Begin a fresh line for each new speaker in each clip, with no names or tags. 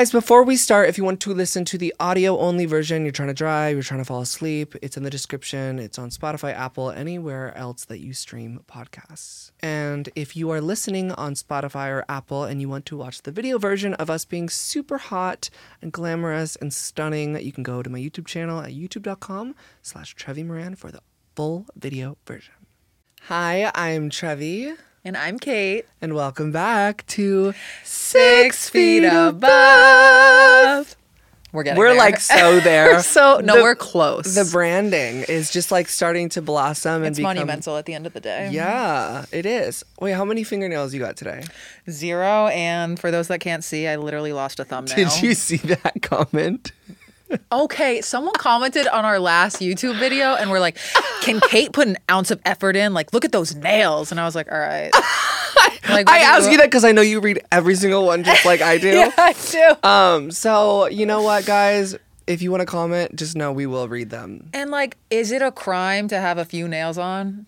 Guys, before we start, if you want to listen to the audio only version, you're trying to drive, you're trying to fall asleep, it's in the description. It's on Spotify, Apple, anywhere else that you stream podcasts. And if you are listening on Spotify or Apple and you want to watch the video version of us being super hot and glamorous and stunning, you can go to my YouTube channel at youtube.com slash Trevi Moran for the full video version. Hi, I'm Trevi.
And I'm Kate.
And welcome back to
Six Feet Above. We're getting
We're
there.
like so there.
so no,
The-
we're close.
The branding is just like starting to blossom and
it's
become
monumental at the end of the day.
Yeah, it is. Wait, how many fingernails you got today?
Zero. And for those that can't see, I literally lost a thumbnail.
Did you see that comment?
Okay, someone commented on our last YouTube video and we're like, can Kate put an ounce of effort in? Like, look at those nails. And I was like, all right. Like,
I asked you that because I know you read every single one just like I do.
Yeah, I do.
Um, so you know what, guys? If you want to comment, just know we will read them
And like, is it a crime to have a few nails on?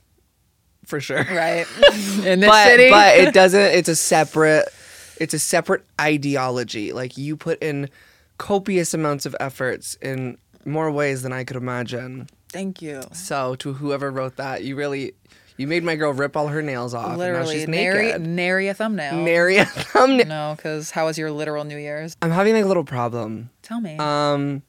for sure.
Right. In this
But
city.
but it doesn't. It's a separate. It's a separate ideology. Like you put in copious amounts of efforts in more ways than I could imagine.
Thank you.
So to whoever wrote that, you really you made my girl rip all her nails off. and now
Literally,
she's
nary,
naked.
nary a thumbnail.
Nary a thumbnail.
No, because how was your literal New Year's?
I'm having like a little problem.
Tell me.
Um,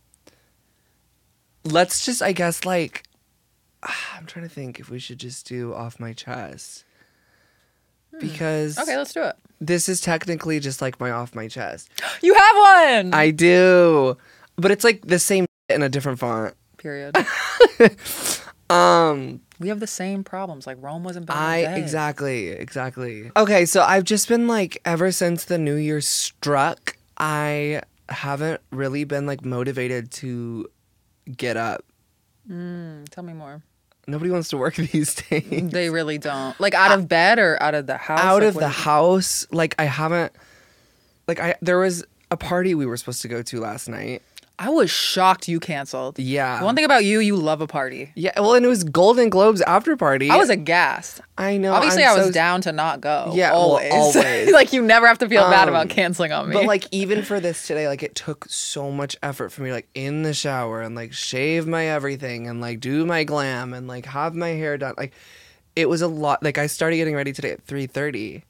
let's just, I guess, like I'm trying to think if we should just do off my chest because
Hmm. okay, let's do it.
this is technically just like my off my chest.
You have one.
I do, but it's like the same in a different font.
Period.
Um,
we have the same problems. Like Rome wasn't built. in a
I
day.
exactly, exactly. Okay, so I've just been like ever since the new year struck, I haven't really been like motivated to get up.
Mm, Tell me more.
Nobody wants to work these days.
They really don't. Like out of bed or out of the house.
Out
Like,
of
what
the
is-
house, like I haven't like I there was a party we were supposed to go to last night.
I was shocked you canceled.
Yeah.
One thing about you, you love a party.
yeah, well, and it was Golden Globes after party.
I was aghast.
I know.
Obviously,
I'm
I was
so-
down to not go.
Yeah, well,
always.
always.
like you never have to feel bad
Um,
about canceling on me.
But like even for this today, like it took so much effort for me, like in the shower and like shave my everything and like do my glam and like have my hair done. Like it was a lot. Like I started getting ready today at three thirty,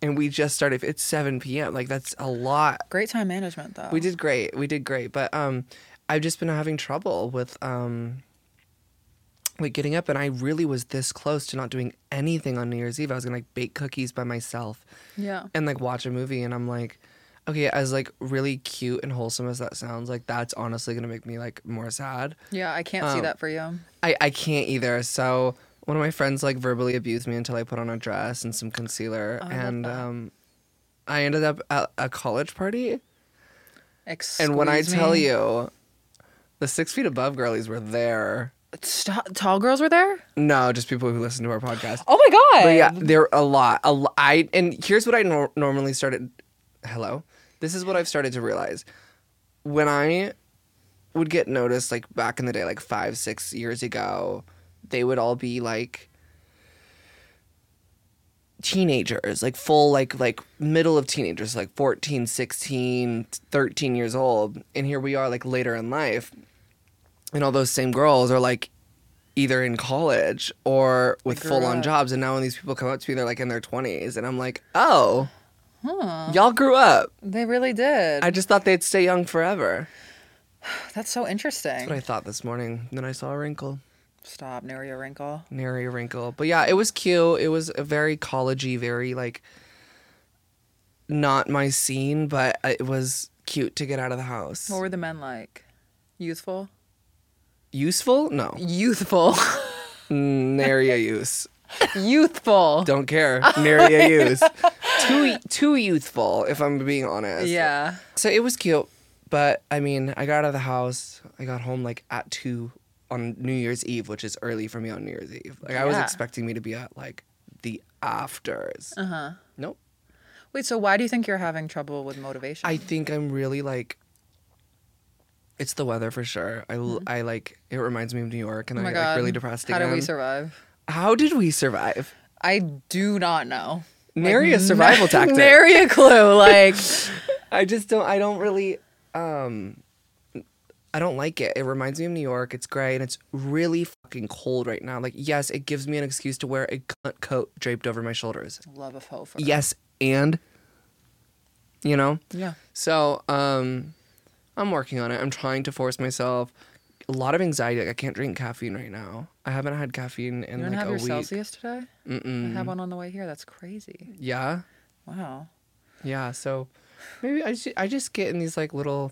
and we just started. It's seven p.m. Like that's a lot.
great time management though.
We did great. We did great. But um, I've just been having trouble with um. Like getting up, and I really was this close to not doing anything on New Year's Eve. I was gonna like bake cookies by myself,
Yeah.
and like watch a movie and I'm like okay as like really cute and wholesome as that sounds like that's honestly going to make me like more sad.
Yeah, I can't
Um,
see that for you.
I I can't either. So one of my friends like verbally abused me until I put on a dress and some concealer and um I ended up at a college party
Excuse
and when I tell
me.
you the 6 feet above girlies were there.
Stop- tall girls were there.
No, just people who listen to our podcast.
Oh my god!
But yeah, there are a lot. A lo- I and here's what I nor- normally started. Hello, this is what I've started to realize. When I would get noticed, like back in the day, like five, six years ago, they would all be like teenagers, like full, like like middle of teenagers, like 14, 16, 13 years old, and here we are, like later in life, and all those same girls are like either in college or with
grew
full on
up.
jobs. And now when these people come up to me, they're like in their 20s. And I'm like, oh,
Uh-huh.
y'all grew up.
They really did.
I just thought they'd stay young forever.
That's so interesting.
But I thought this morning. Then I saw a wrinkle,
Stop, nary a wrinkle.
nary a wrinkle. But yeah, it was cute. It was a very collegey, very like not my scene, but it was cute to get out of the house.
What were the men like? Youthful?
Useful? No. Mm,
Youthful.
Nary a use.
Youthful.
Don't care. Nary a use. Too too youthful, if I'm being honest.
Yeah.
So it was cute, but I mean, I got out of the house. I got home like at two on New Year's Eve, which is early for me on New Year's Eve. Like I was
Yeah.
expecting me to be at like the afters. Uh huh. Nope.
Uh-huh. Wait, so why do you think you're having trouble with motivation?
I think I'm really like. It's the weather for sure. I, l- I like it reminds me of New York, and
Mm-hmm. oh
I'm
my god.
like really depressed
How
again.
do we survive?
How did we survive?
I do not know.
Nary a survival tactic.
Nary a clue. Like
I just don't. I don't really. Um, I don't like it. It reminds me of New York. It's gray and it's really fucking cold right now. Like, yes, it gives me an excuse to wear a cunt coat draped over my shoulders.
Love of Hofer.
Yes, and you know.
Yeah.
So, um, I'm working on it. I'm trying to force myself. A lot of anxiety. Like, I can't drink caffeine right now. I haven't had caffeine in
You don't
like
have
a
your
week. Mm-hmm.
Celsius today? Mm-mm. I have one on the way here. That's crazy.
Yeah.
Wow.
Yeah, so maybe I just, I just get in these like little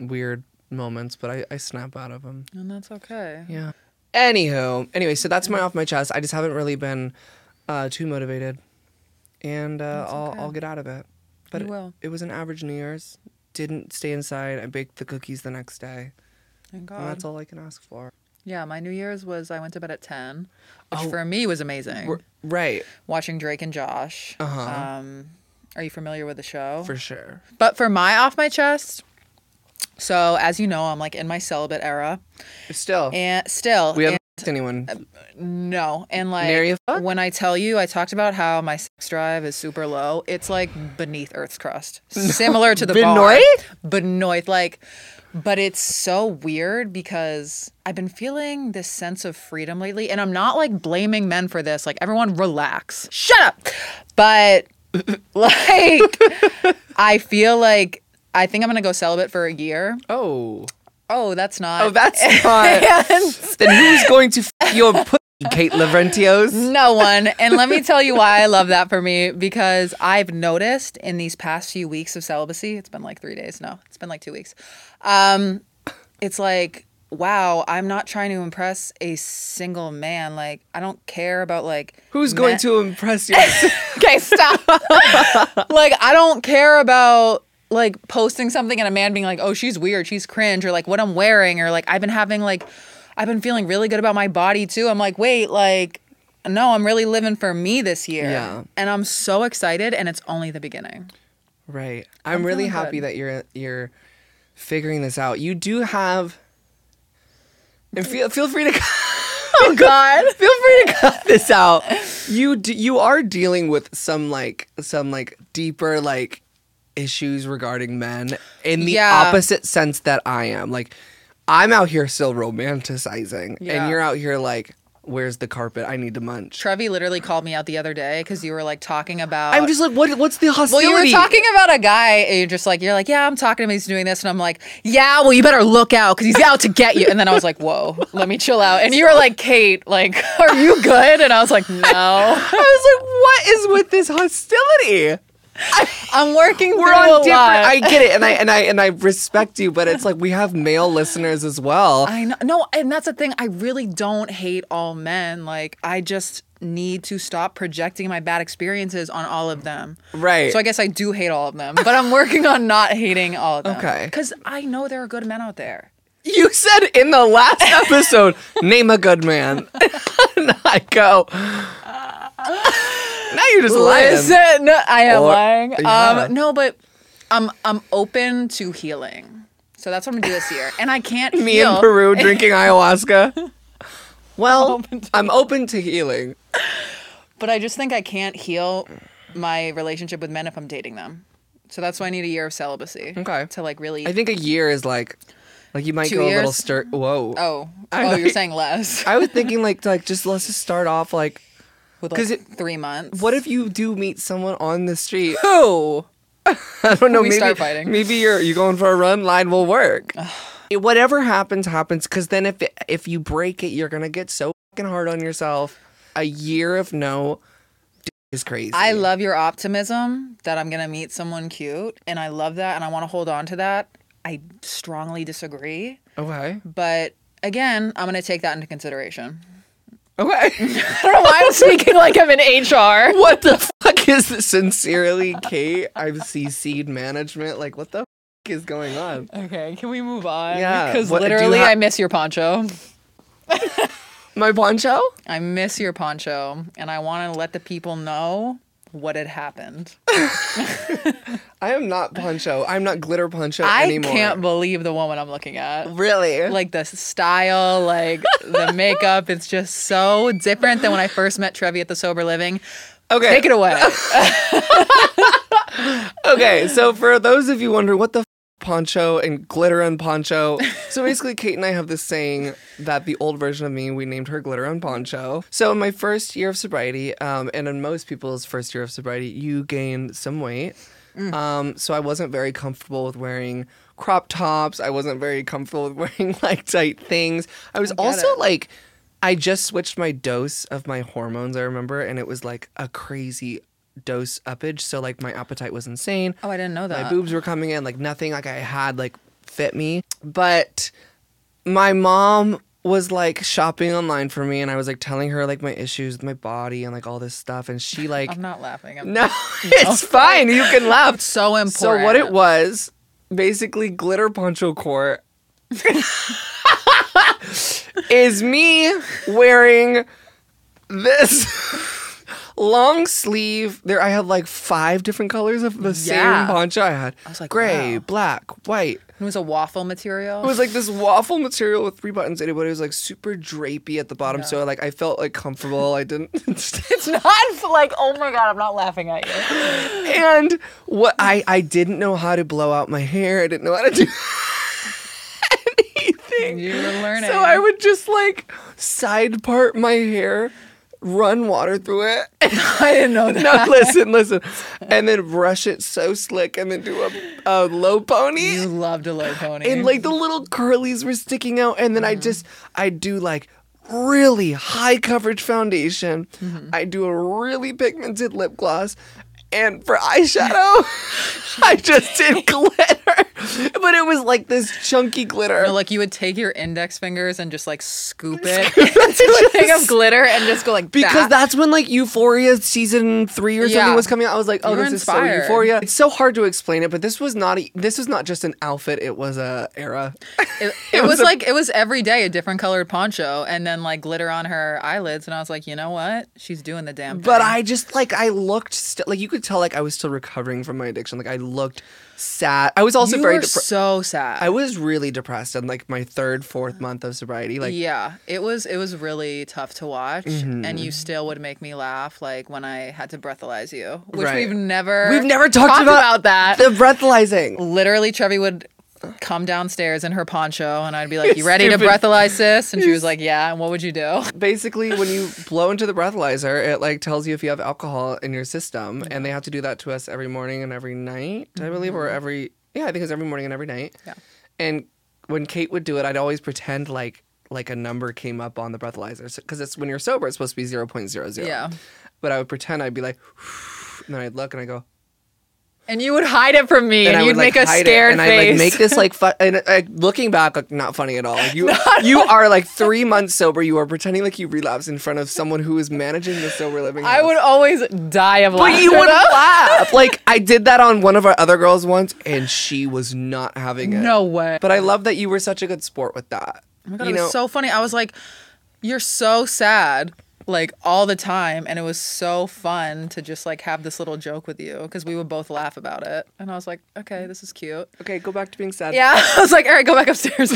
weird moments, but I, I snap out of them.
And that's okay.
Yeah. Anywho, anyway, so that's my off my chest. I just haven't really been uh, too motivated, and uh, I'll
okay.
I'll get out of it. But
You
it,
will.
it was an average New Year's. Didn't stay inside. I baked the cookies the next day,
Thank God.
and that's all I can ask for.
Yeah, my New Year's was I went to bed at 10, which
Oh.
for me was amazing.
R- right,
Watching Drake and Josh.
Uh-huh.
Um, are you familiar with the show?
for sure.
But for my off my chest, so as you know, I'm like in my celibate era,
Still,
and still
we haven't asked anyone.
and- no, and like
Nary a fuck?
when I tell you, I talked about how my sex drive is super low. It's like beneath Earth's crust, similar to the
Benoit?
bar. Benoit, like, but it's so weird because I've been feeling this sense of freedom lately, and I'm not like blaming men for this. Like, everyone relax, shut up, but like, I feel like I think I'm gonna go celibate for a year.
oh,
Oh, that's not.
oh, that's not. then who's going to f- your pussy, Kate Lavrentios?
No one. And let me tell you why I love that for me because I've noticed in these past few weeks of celibacy, it's been like three days. No, it's been like two weeks. Um, it's like, wow, I'm not trying to impress a single man. Like, I don't care about like
Who's going
men-
to impress you?
okay, stop. like, I don't care about like posting something and a man being like, oh, she's weird, she's cringe, or like what I'm wearing, or like I've been having like, I've been feeling really good about my body too. I'm like, wait, like, no, I'm really living for me this year.
Yeah.
And I'm so excited, and it's only the beginning.
right. I'm, really
feeling
happy
good.
that you're you're figuring this out. You do have and feel feel free to Oh god. feel free to cut this out. You d you are dealing with some like some like deeper like issues regarding men in the
Yeah.
opposite sense that I am. Like I'm out here still romanticizing
Yeah.
and you're out here like where's the carpet? I need to munch.
Trevi literally called me out the other day because you were like talking about.
I'm just like what what's the
Well,
hostility?
you were talking about a guy, and you're just like, you're like, yeah, I'm talking to him, he's doing this, and I'm like, yeah, well, you better look out because he's out to get you. And then I was like, whoa, let me chill out. And you were like, Kate, like, are you good? And I was like, no,
I was like, what is with this hostility?
I'm working
We're
through
on
a
different.
lot.
I get it, and I and I and I respect you, but it's like we have male listeners as well.
I know, no, and that's the thing. I really don't hate all men. Like, I just need to stop projecting my bad experiences on all of them.
Right.
So I guess I do hate all of them, but I'm working on not hating all of them.
Okay.
Because I know there are good men out there.
you said in the last episode, name a good man. and I go. Now you're just lying.
Listen, no, I am
Or-
lying.
yeah.
Um, no, but I'm I'm open to healing. So that's what I'm gonna do this year. And I can't
Me
heal.
in Peru drinking ayahuasca. Well, I'm open to healing.
But I just think I can't heal my relationship with men if I'm dating them. So that's why I need a year of celibacy.
Okay.
To like really.
I think a year is like, like you might
Two
go a little
years?
stir. Whoa.
oh.
I
oh,
like-
you're saying less.
I was thinking like like just let's just start off like
With
'cause
like
it-
three months.
What if you do meet someone on the street?
Who?
I don't know.
We
maybe
start fighting.
maybe you're you going for a run. Line will work. It- whatever happens, happens. Because then if it, if you break it, you're gonna get so fucking hard on yourself. A year of no d- is crazy.
I love your optimism that I'm gonna meet someone cute, and I love that, and I want to hold on to that. I strongly disagree.
okay.
But again, I'm going to take that into consideration.
Okay.
I don't know why I'm speaking like I'm in HR.
what the fuck is this? Sincerely, Kate. I've CC'd management. Like, what the fuck is going on?
Okay, can we move on?
Yeah,
Because
what- do you
literally,
ha-
I miss your poncho.
My poncho.
I miss your poncho, and I want to let the people know what had happened.
I am not poncho. I'm not glitter poncho
I
anymore.
can't believe the woman I'm looking at.
really.
Like the style, like the makeup, it's just so different than when I first met Trevi at the Sober Living.
okay.
Take it away.
Okay, so for those of you wondering what the f- poncho and glitter on poncho, so basically Kate and I have this saying that the old version of me we named her glitter on poncho. So in my first year of sobriety, um, and in most people's first year of sobriety, you gain some weight. Um, so I wasn't very comfortable with wearing crop tops. I wasn't very comfortable with wearing like tight things. I was also
it.
like. I just switched my dose of my hormones, I remember, and it was like a crazy dose uppage. So, like, my appetite was insane.
Oh, I didn't know
My
that.
boobs were coming in, like, nothing like I had, like, fit me. But my mom was like shopping online for me, and I was like telling her, like, my issues with my body and like all this stuff. And she, like,
I'm not laughing. I'm
no, it's fine. You can laugh.
so important.
So what it was, basically glitter poncho court is me wearing this long sleeve. There I had like five different colors of the same
Yeah.
poncho I had. I
was like,
gray,
wow.
black, white.
It was a waffle material.
It was like this waffle material with three buttons in it, but it was like super drapey at the bottom. So like I felt like comfortable. I didn't
it's not like oh my god, I'm not laughing at you.
and what I I didn't know how to blow out my hair. I didn't know how to do anything.
You were learning.
So I would just like side part my hair, run water through it.
I didn't know that.
no, listen, listen, and then brush it so slick, and then do a, a low pony.
You loved a low pony.
and like the little curlies were sticking out and then i
Mm-hmm.
just i do like really high coverage foundation
Mm-hmm.
i do a really pigmented lip gloss and for eyeshadow i just did glitter but it was like this chunky glitter
Or, like you would take your index fingers and just like scoop it into a thing of glitter and just go like
because
that.
that's when like Euphoria season three or something
Yeah.
was coming out. I was like, oh,
You were
this is
inspired.
so Euphoria. It's so hard to explain it, but this was not. A, this was not just an outfit. It was a era.
It, it was, like it was every day a different colored poncho and then like glitter on her eyelids and I was like, you know what? She's doing the damn.
But
thing.
I just like I looked st- like you could tell like I was still recovering from my addiction. Like I looked sad. I was also
you
very
were
depressed.
so sad.
I was really depressed in like my third, fourth month of sobriety. Like Mm-hmm.
yeah, it was it was really tough to watch, and you still would make me laugh, like when I had to breathalyze you, which
Right.
we've never
we've never talked, about,
that.
the breathalyzing.
Literally, Trevi would come downstairs in her poncho, and I'd be like,
You're
"You ready to
stupid.
breathalyze, sis?" And she was like, "Yeah." And what would you do?
Basically, when you blow into the breathalyzer, it like tells you if you have alcohol in your system, and they have to do that to us every morning and every night, I believe, or every yeah, I think it was every morning and every night.
Mm-hmm. Yeah.
And when Kate would do it, I'd always pretend like like a number came up on the breathalyzer because it's when you're sober, it's supposed to be zero point zero zero.
Yeah.
But I would pretend I'd be like, and then I'd look and I go,
And you would hide it from me, and,
I
you'd
would, like,
make a
hide it,
scared
and
face.
I like make this like fun. And uh, looking back, like not funny at all. Like, you you are like three months sober. You are pretending like you relapse in front of someone who is managing the sober living.
I
house.
would always die of laughter.
But you would laugh. Like I did that on one of our other girls once, and she was not having it.
No way.
But I love that you were such a good sport with that.
Oh my God,
you
it was
know,
so funny. I was like, "You're so sad." Like all the time, and it was so fun to just like have this little joke with you because we would both laugh about it. And I was like, okay, this is cute.
okay, go back to being sad.
Yeah, I was like, all right, go back upstairs.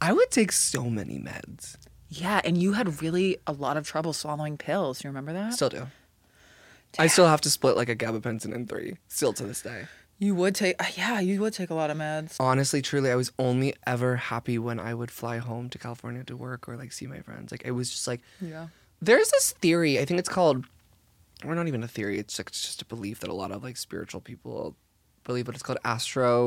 I would take so many meds.
yeah, and you had really a lot of trouble swallowing pills. You remember that?
Still do. I still have to split like a gabapentin in three, still to this day.
You would take, uh, yeah, you would take a lot of meds.
Honestly, truly, I was only ever happy when I would fly home to California to work or like see my friends. Like it was just like
Yeah.
there's this theory. I think it's called, or not even a theory. It's like it's just a belief that a lot of like spiritual people believe, but it's called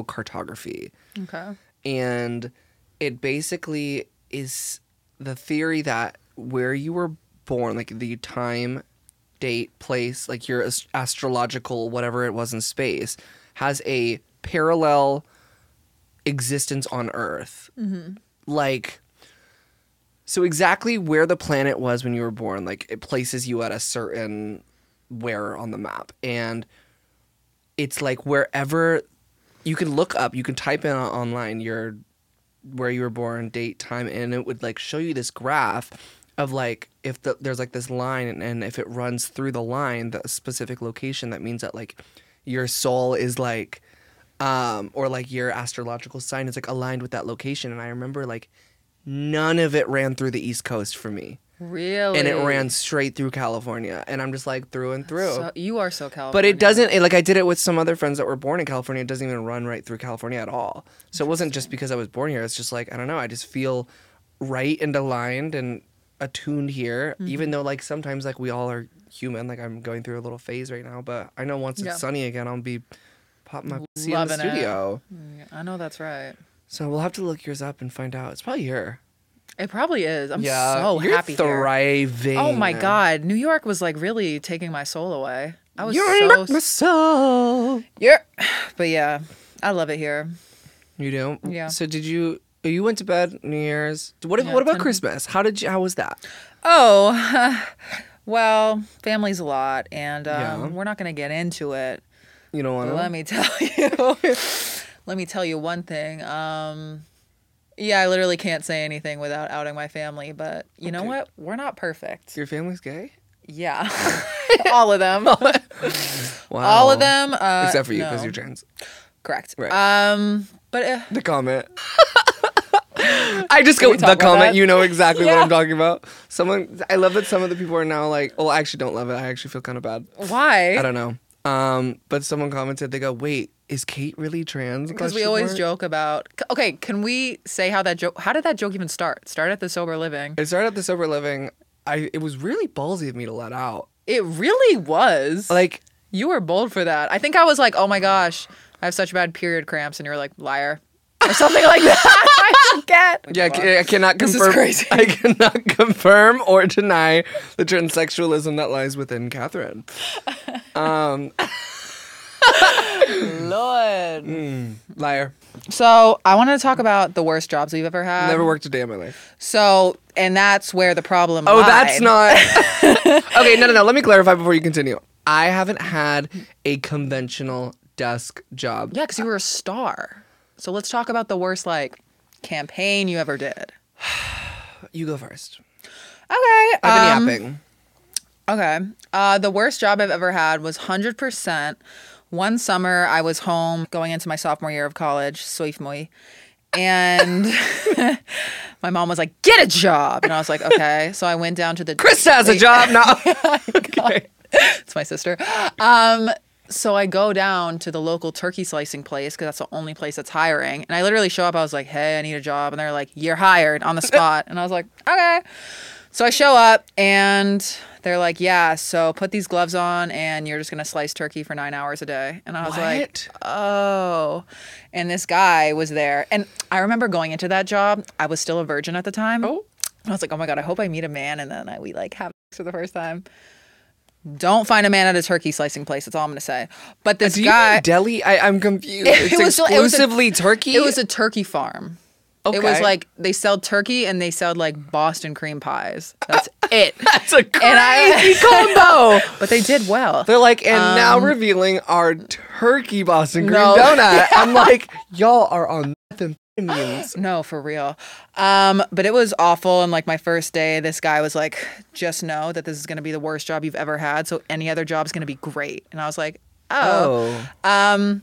astrocartography
Okay.
and it basically is the theory that where you were born, like the time, date, place, like your ast- astrological whatever it was in space, has a parallel existence on Earth. Like, so exactly where the planet was when you were born, like it places you at a certain where on the map, and it's like wherever you can look up, you can type in on- online your where you were born, date, time, and it would like show you this graph of like if the, there's like this line and, and if it runs through the line, the specific location, that means that like your soul is like um or like your astrological sign is like aligned with that location. And I remember like none of it ran through the East Coast for me.
Really?
and it ran straight through California. And I'm just like through and through.
So, you are so California.
but it doesn't, it, like, I did it with some other friends that were born in California. It doesn't even run right through California at all. So it wasn't just because I was born here. It's just like, I don't know. I just feel right and aligned and attuned here,
Mm-hmm.
even though, like, sometimes, like, we all are human. Like, I'm going through a little phase right now. But I know once
Yeah.
it's sunny again, I'll be popping my pussy in the
Loving it.
studio.
I know that's right.
So we'll have to look yours up and find out. It's probably here.
It probably is. I'm so
you're
happy here.
thriving.
Oh my god, New York was like really taking my soul away. I was
You're
so
my soul.
yeah, but yeah, I love it here.
You do?
Yeah.
So did you oh, you went to bed New Year's? What
Yeah,
what about
ten-
Christmas? How did you how was that?
Oh, well, family's a lot, and um,
Yeah.
we're not gonna get into it.
You don't
But
want
Let
to
me tell you. let me tell you one thing. Um, yeah, I literally can't say anything without outing my family, but you know
Okay.
what? We're not perfect.
Your family's gay?
Yeah, all of them,
Wow.
all of them, uh,
Oh. Except for you
no.
because you're trans.
correct.
Right.
Um, but. Uh,
The comment. I just go
we talk
the
about
comment.
that?
You know exactly what
Yeah.
I'm talking about. Someone I love that some of the people are now like, well, I actually don't love it. I actually feel kind of bad.
Why?
I don't know. Um, but someone commented, they go, wait, is Kate really trans?
Because we
Question
always
mark.
joke about. c- Okay, can we say how that joke? How did that joke even start? Start at the sober living.
It started at the sober living. I it was really ballsy of me to let out.
It really was.
Like
you were bold for that. I think I was like, oh my gosh, I have such bad period cramps, and you were like, liar, or something like that. I forget.
Yeah, I, ca- I cannot
This is
confirm.
crazy.
I cannot confirm or deny the transsexualism that lies within Catherine. Um,
Lord.
Mm. liar.
So I wanted to talk about the worst jobs we've ever had.
Never worked a day in my life.
So, and that's where the problem.
Oh,
lied.
that's not. okay, no, no, no. Let me clarify before you continue. I haven't had a conventional desk job.
Yeah, because you were a star. So let's talk about the worst like campaign you ever did.
You go first.
Okay.
I've
um,
been yapping.
Okay. Uh, the worst job I've ever had was 100%. One summer, I was home going into my sophomore year of college, sophomore, and my mom was like, Get a job. And I was like, Okay. So I went down to the.
Chris has a job now.
Oh
okay.
It's my sister. Um, so I go down to the local turkey slicing place because that's the only place that's hiring. And I literally show up. I was like, "Hey, I need a job," and they're like, "You're hired on the spot." And I was like, "Okay." So I show up, and they're like, "Yeah, so put these gloves on, and you're just gonna slice turkey for nine hours a day." And I was like, "Oh." And this guy was there, and I remember going into that job. I was still a virgin at the time.
Oh.
And I was like, "Oh my god, I hope I meet a man," and then I, we like have sex for the first time. Don't find a man at a turkey slicing place. That's all I'm gonna say. But
Uh,
this
Do you
guy,
mean deli? I, I'm confused.
It
It's
was- it was a-
exclusively turkey.
it was a turkey farm. It was
Okay.
like they sell turkey and they sell like Boston cream pies. That's it.
That's a crazy
And I-
combo.
But they did well.
They're like, and now revealing our turkey Boston cream
Um, No.
donut. I'm like, y'all are on methamphetamines.
No, for real. Um, but it was awful. And like my first day, this guy was like, just know that this is going to be the worst job you've ever had. So any other job's going to be great. And I was like, oh. Um,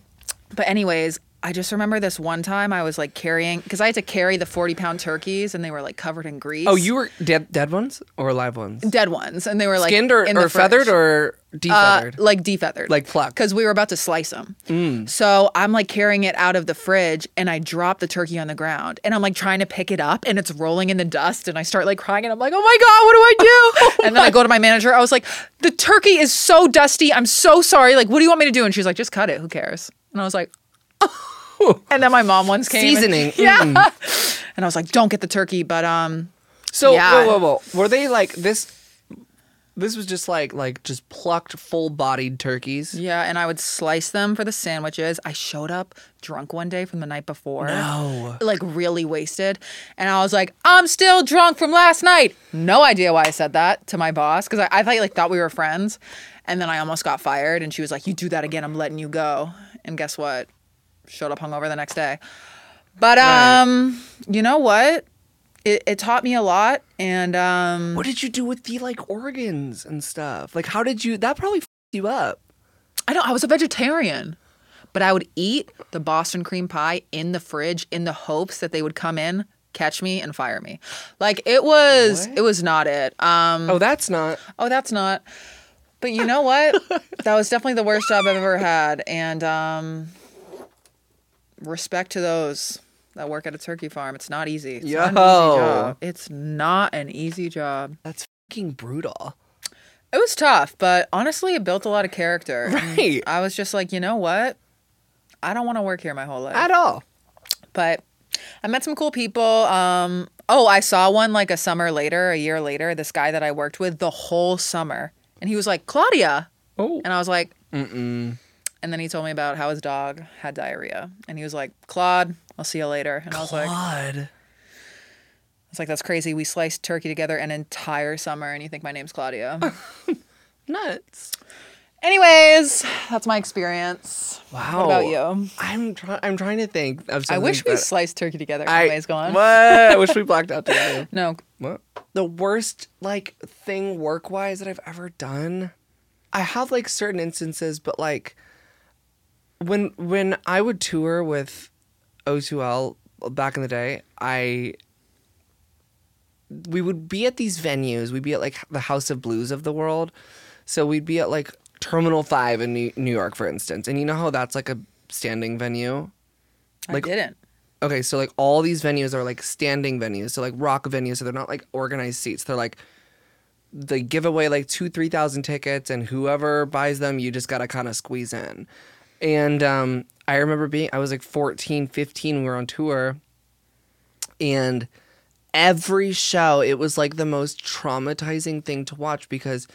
but, anyways, I just remember this one time I was like carrying, because I had to carry the 40 pound turkeys and they were like covered in grease.
Oh, you were dead, dead ones or live ones?
Dead ones. And they were like
Skinned or,
in the
or feathered
fridge.
or
Uh,
defeathered?
like defeathered,
Like plucked. Mm.
because we were about to slice them. So I'm like carrying it out of the fridge, and I drop the turkey on the ground, and I'm like trying to pick it up, and it's rolling in the dust, and I start like crying, and I'm like, oh my god, what do I
Oh
do? and then I go to my manager. I was like, the turkey is so dusty. I'm so sorry. Like, what do you want me to do? And she's like, just cut it. Who cares? And I was like. and then my mom once came and-
Seasoning. Mm.
yeah. And I was like, "Don't get the turkey," but um,
so,
yeah.
whoa, whoa, whoa. Were they like this? This was just like, like just plucked full bodied turkeys.
Yeah, and I would slice them for the sandwiches. I showed up drunk one day from the night before.
No.
Like really wasted. And I was like, I'm still drunk from last night. No idea why I said that to my boss because I, I thought, like thought we were friends. And then I almost got fired and she was like, You do that again, I'm letting you go. And guess what? Showed up hungover the next day. But
Right.
um, you know what? It, it taught me a lot and um
What did you do with the like organs and stuff? Like, how did you? That probably f- you up.
I know I was a vegetarian, but I would eat the Boston cream pie in the fridge in the hopes that they would come in, catch me and fire me. Like it was
What?
it was not it. Um
Oh, that's not.
oh that's not. But you know what? that was definitely the worst job I've ever had and um respect to those that work at a turkey farm. It's not easy. It's not an easy
Yo.
job. It's not an easy job.
That's fucking brutal.
It was tough, but honestly, it built a lot of character.
Right.
I was just like, you know what? I don't want to work here my whole life.
At all.
but I met some cool people. Um, oh, I saw one like a summer later, a year later, this guy that I worked with the whole summer. And he was like, Claudia.
Oh.
And I was like, mm And then he told me about how his dog had diarrhea. And he was like, Claude, I'll see you later. And I was like,
God.
it's like, that's crazy. We sliced turkey together an entire summer, and you think my name's Claudia.
Nuts.
Anyways, that's my experience.
Wow.
What about you?
I'm trying. I'm trying to think of something.
Oh, I wish we
that
sliced turkey together.
I-
Anyways, go on.
What? I wish we blacked out together.
No.
What? The worst like thing work wise that I've ever done. I have like certain instances, but like when when I would tour with O2L back in the day, I we would be at these venues. We'd be at like the House of Blues of the world. So we'd be at like Terminal 5 in New New York for instance. And you know how that's like a standing venue? Like,
I didn't.
Okay, so like all these venues are like standing venues, so like rock venues, so they're not like organized seats. They're like they give away like two, three thousand tickets, and whoever buys them, you just gotta kind of squeeze in. And um, I remember being, I was like 14, 15, we were on tour, and every show, it was like the most traumatizing thing to watch because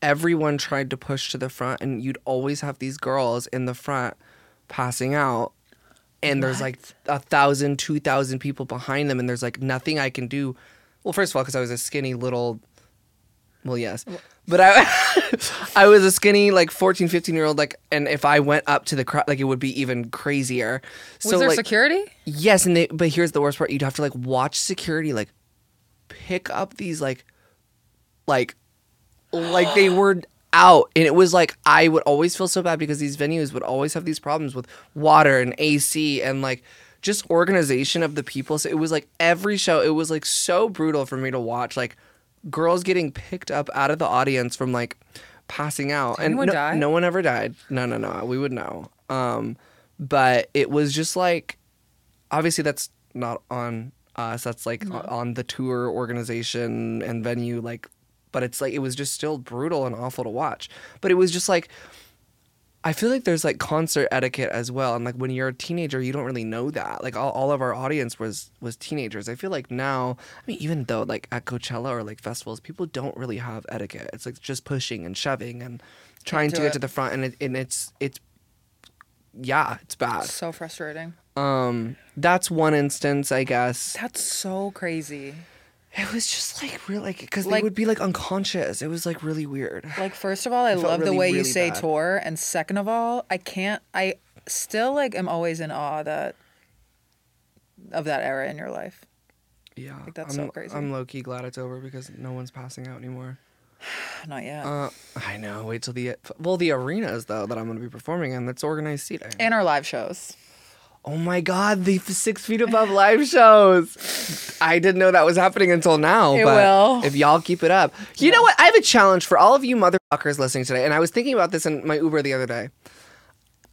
everyone tried to push to the front, and you'd always have these girls in the front passing out and there's like a thousand, two thousand people behind them, and there's like nothing I can do. Well, first of all, because I was a skinny little, well, yes, but I, I was a skinny like 14, 15 year old, like, and if I went up to the crowd, like it would be even crazier.
Was
so
there
like,
security?
yes, and they, but here's the worst part: you'd have to like watch security, like, pick up these like, like, like they were. Out and it was like I would always feel so bad because these venues would always have these problems with water and AC and like just organization of the people. So it was like every show, it was like so brutal for me to watch. Like girls getting picked up out of the audience from like passing out. and
anyone
no,
die?
no one ever died. No, no, no. We would know. Um, but it was just like obviously that's not on us that's like o- on the tour organization and venue like but it's like it was just still brutal and awful to watch but it was just like i feel like there's like concert etiquette as well and like when you're a teenager you don't really know that like all, all of our audience was was teenagers i feel like now i mean even though like at coachella or like festivals people don't really have etiquette it's like just pushing and shoving and trying to
do
get
it.
to the front and, it, and it's it's yeah it's bad
So frustrating.
um, that's one instance, I guess.
That's so crazy.
It was just like real, like because they
Like-
would be like unconscious. It was like really weird.
Like, first of all, I,
felt
love
really,
the way you
really
say
bad.
tour, and second of all, I can't. I still like am always in awe that of that era in your life.
Yeah,
Like, that's
I'm,
so crazy.
I'm low key glad it's over because no one's passing out anymore.
Not yet.
Uh, I know. Wait till the well, the arenas though that I'm gonna be performing in. That's organized seating.
and our live shows.
oh my god, the f- six feet above live shows. I didn't know that was happening until now.
It
but
will.
If y'all keep it up, you know what? I have a challenge for all of you motherfuckers listening today, and I was thinking about this in my Uber the other day.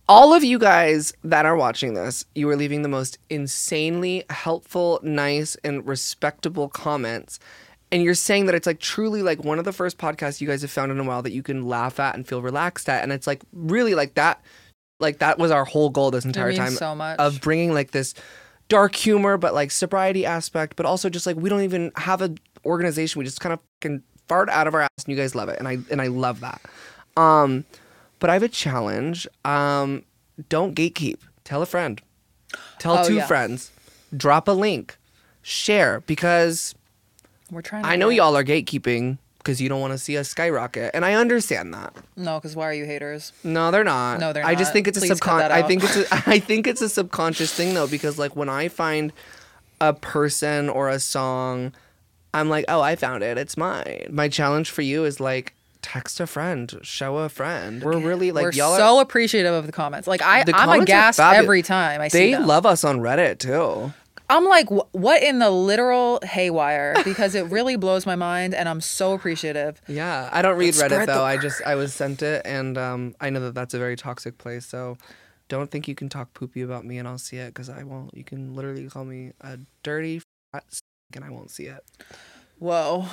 all of you guys that are watching this, you are leaving the most insanely helpful, nice, and respectable comments. And you're saying that it's like truly like one of the first podcasts you guys have found in a while that you can laugh at and feel relaxed at. And it's like really like that, like that was our whole goal this entire
means
time
so much.
of bringing like this dark humor, but like sobriety aspect, but also just like we don't even have an organization. We just kind of can fart out of our ass and you guys love it. And I, and I love that. Um, but I have a challenge. Um, don't gatekeep. Tell a friend. Tell
Oh,
two
yeah.
friends. Drop a link. Share because
We're trying. To
I know
do it.
y'all are gatekeeping because you don't want to see us skyrocket, and I understand that.
No, because why are you haters?
No, they're not.
No, they're
I just
not.
think it's a
Please cut
subcon.
that
I
out.
think it's a, I think it's a subconscious thing though because like when I find a person or a song, I'm like, oh, I found it. It's mine. My challenge for you is like text a friend, show a friend. We're really like
We're
y'all are,
so appreciative of the comments. Like I,
the
I'm
comments are
aghast
fabulous.
every time I
they
see them.
love us on Reddit too.
I'm like, wh- what in the literal haywire? Because it really blows my mind, and I'm so appreciative.
Yeah, I don't read
spread
Reddit
the
though. I just I was sent it, and um, I know that that's a very toxic place. So don't think you can talk poopy about me and I'll see it because I won't. You can literally call me a dirty fat s- and I won't see it.
Whoa.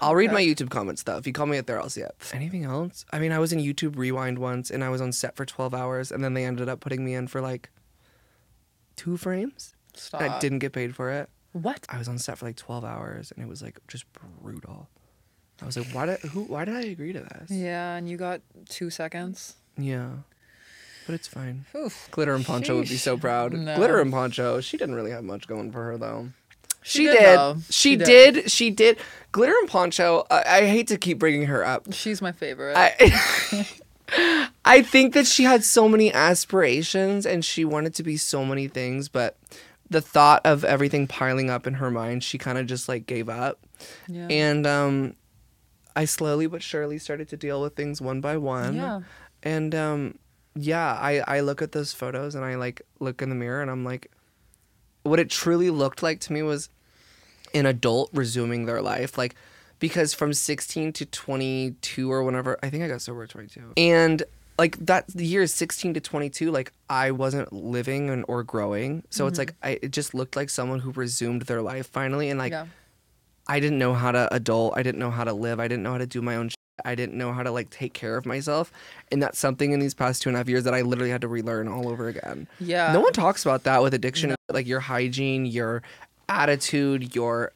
I'll read my YouTube comments though. If you call me out there, I'll see it. Anything else? I mean, I was in YouTube Rewind once, and I was on set for twelve hours, and then they ended up putting me in for like two frames.
Stop.
I didn't get paid for it.
What?
I was on set for like twelve hours, and it was like just brutal. I was like, why did who? Why did I agree to this?
Yeah, and you got two seconds.
Yeah. But it's fine.
Oof.
Glitter and Poncho would be so
Sheesh.
proud.
No.
Glitter and Poncho, she didn't really have much going for her though.
She did, though.
She,
She
did.
did.
She did. Glitter and Poncho, I, I hate to keep bringing her up.
She's my favorite.
I I think that she had so many aspirations and she wanted to be so many things, but the thought of everything piling up in her mind, she kind of just like gave up.
Yeah.
And um I slowly but surely started to deal with things one by one.
Yeah.
And um yeah, I I look at those photos and I like look in the mirror and I'm like what it truly looked like to me was an adult resuming their life like because from 16 to 22 or whenever i think i got sober at 22 and like that the year is 16 to 22 like i wasn't living and or growing so it's like I, it just looked like someone who resumed their life finally and like
yeah.
I didn't know how to adult. I didn't know how to live. I didn't know how to do my own. Shit. I didn't know how to like take care of myself, and that's something in these past two and a half years that I literally had to relearn all over again.
Yeah.
no one talks about that with addiction, like your hygiene, your attitude, your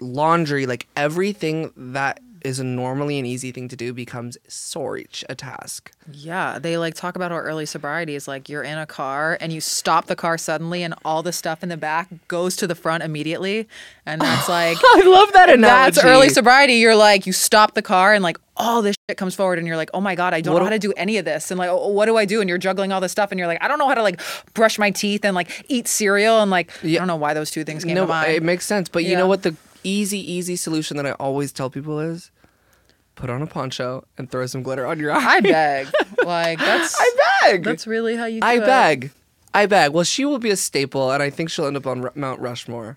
laundry, like everything that is normally an easy thing to do becomes so rich a task.
Yeah, they like talk about how early sobriety is like you're in a car and you stop the car suddenly and all the stuff in the back goes to the front immediately. And that's like,
I love that analogy.
that's early sobriety. You're like, you stop the car and like all this shit comes forward and you're like, oh my God, I don't
What
know
do-
how to do any of this. And like, oh, what do I do? And you're juggling all this stuff and you're like, I don't know how to like brush my teeth and like eat cereal. And like, I don't know why those two things came
No,
to mind.
it makes sense. But you
Yeah.
know what the easy, easy solution that I always tell people is? Put on a poncho and throw some glitter on your eye.
I beg. like, that's,
I beg.
that's really how you do
I
it.
beg. I beg. Well, she will be a staple, and I think she'll end up on R- Mount Rushmore.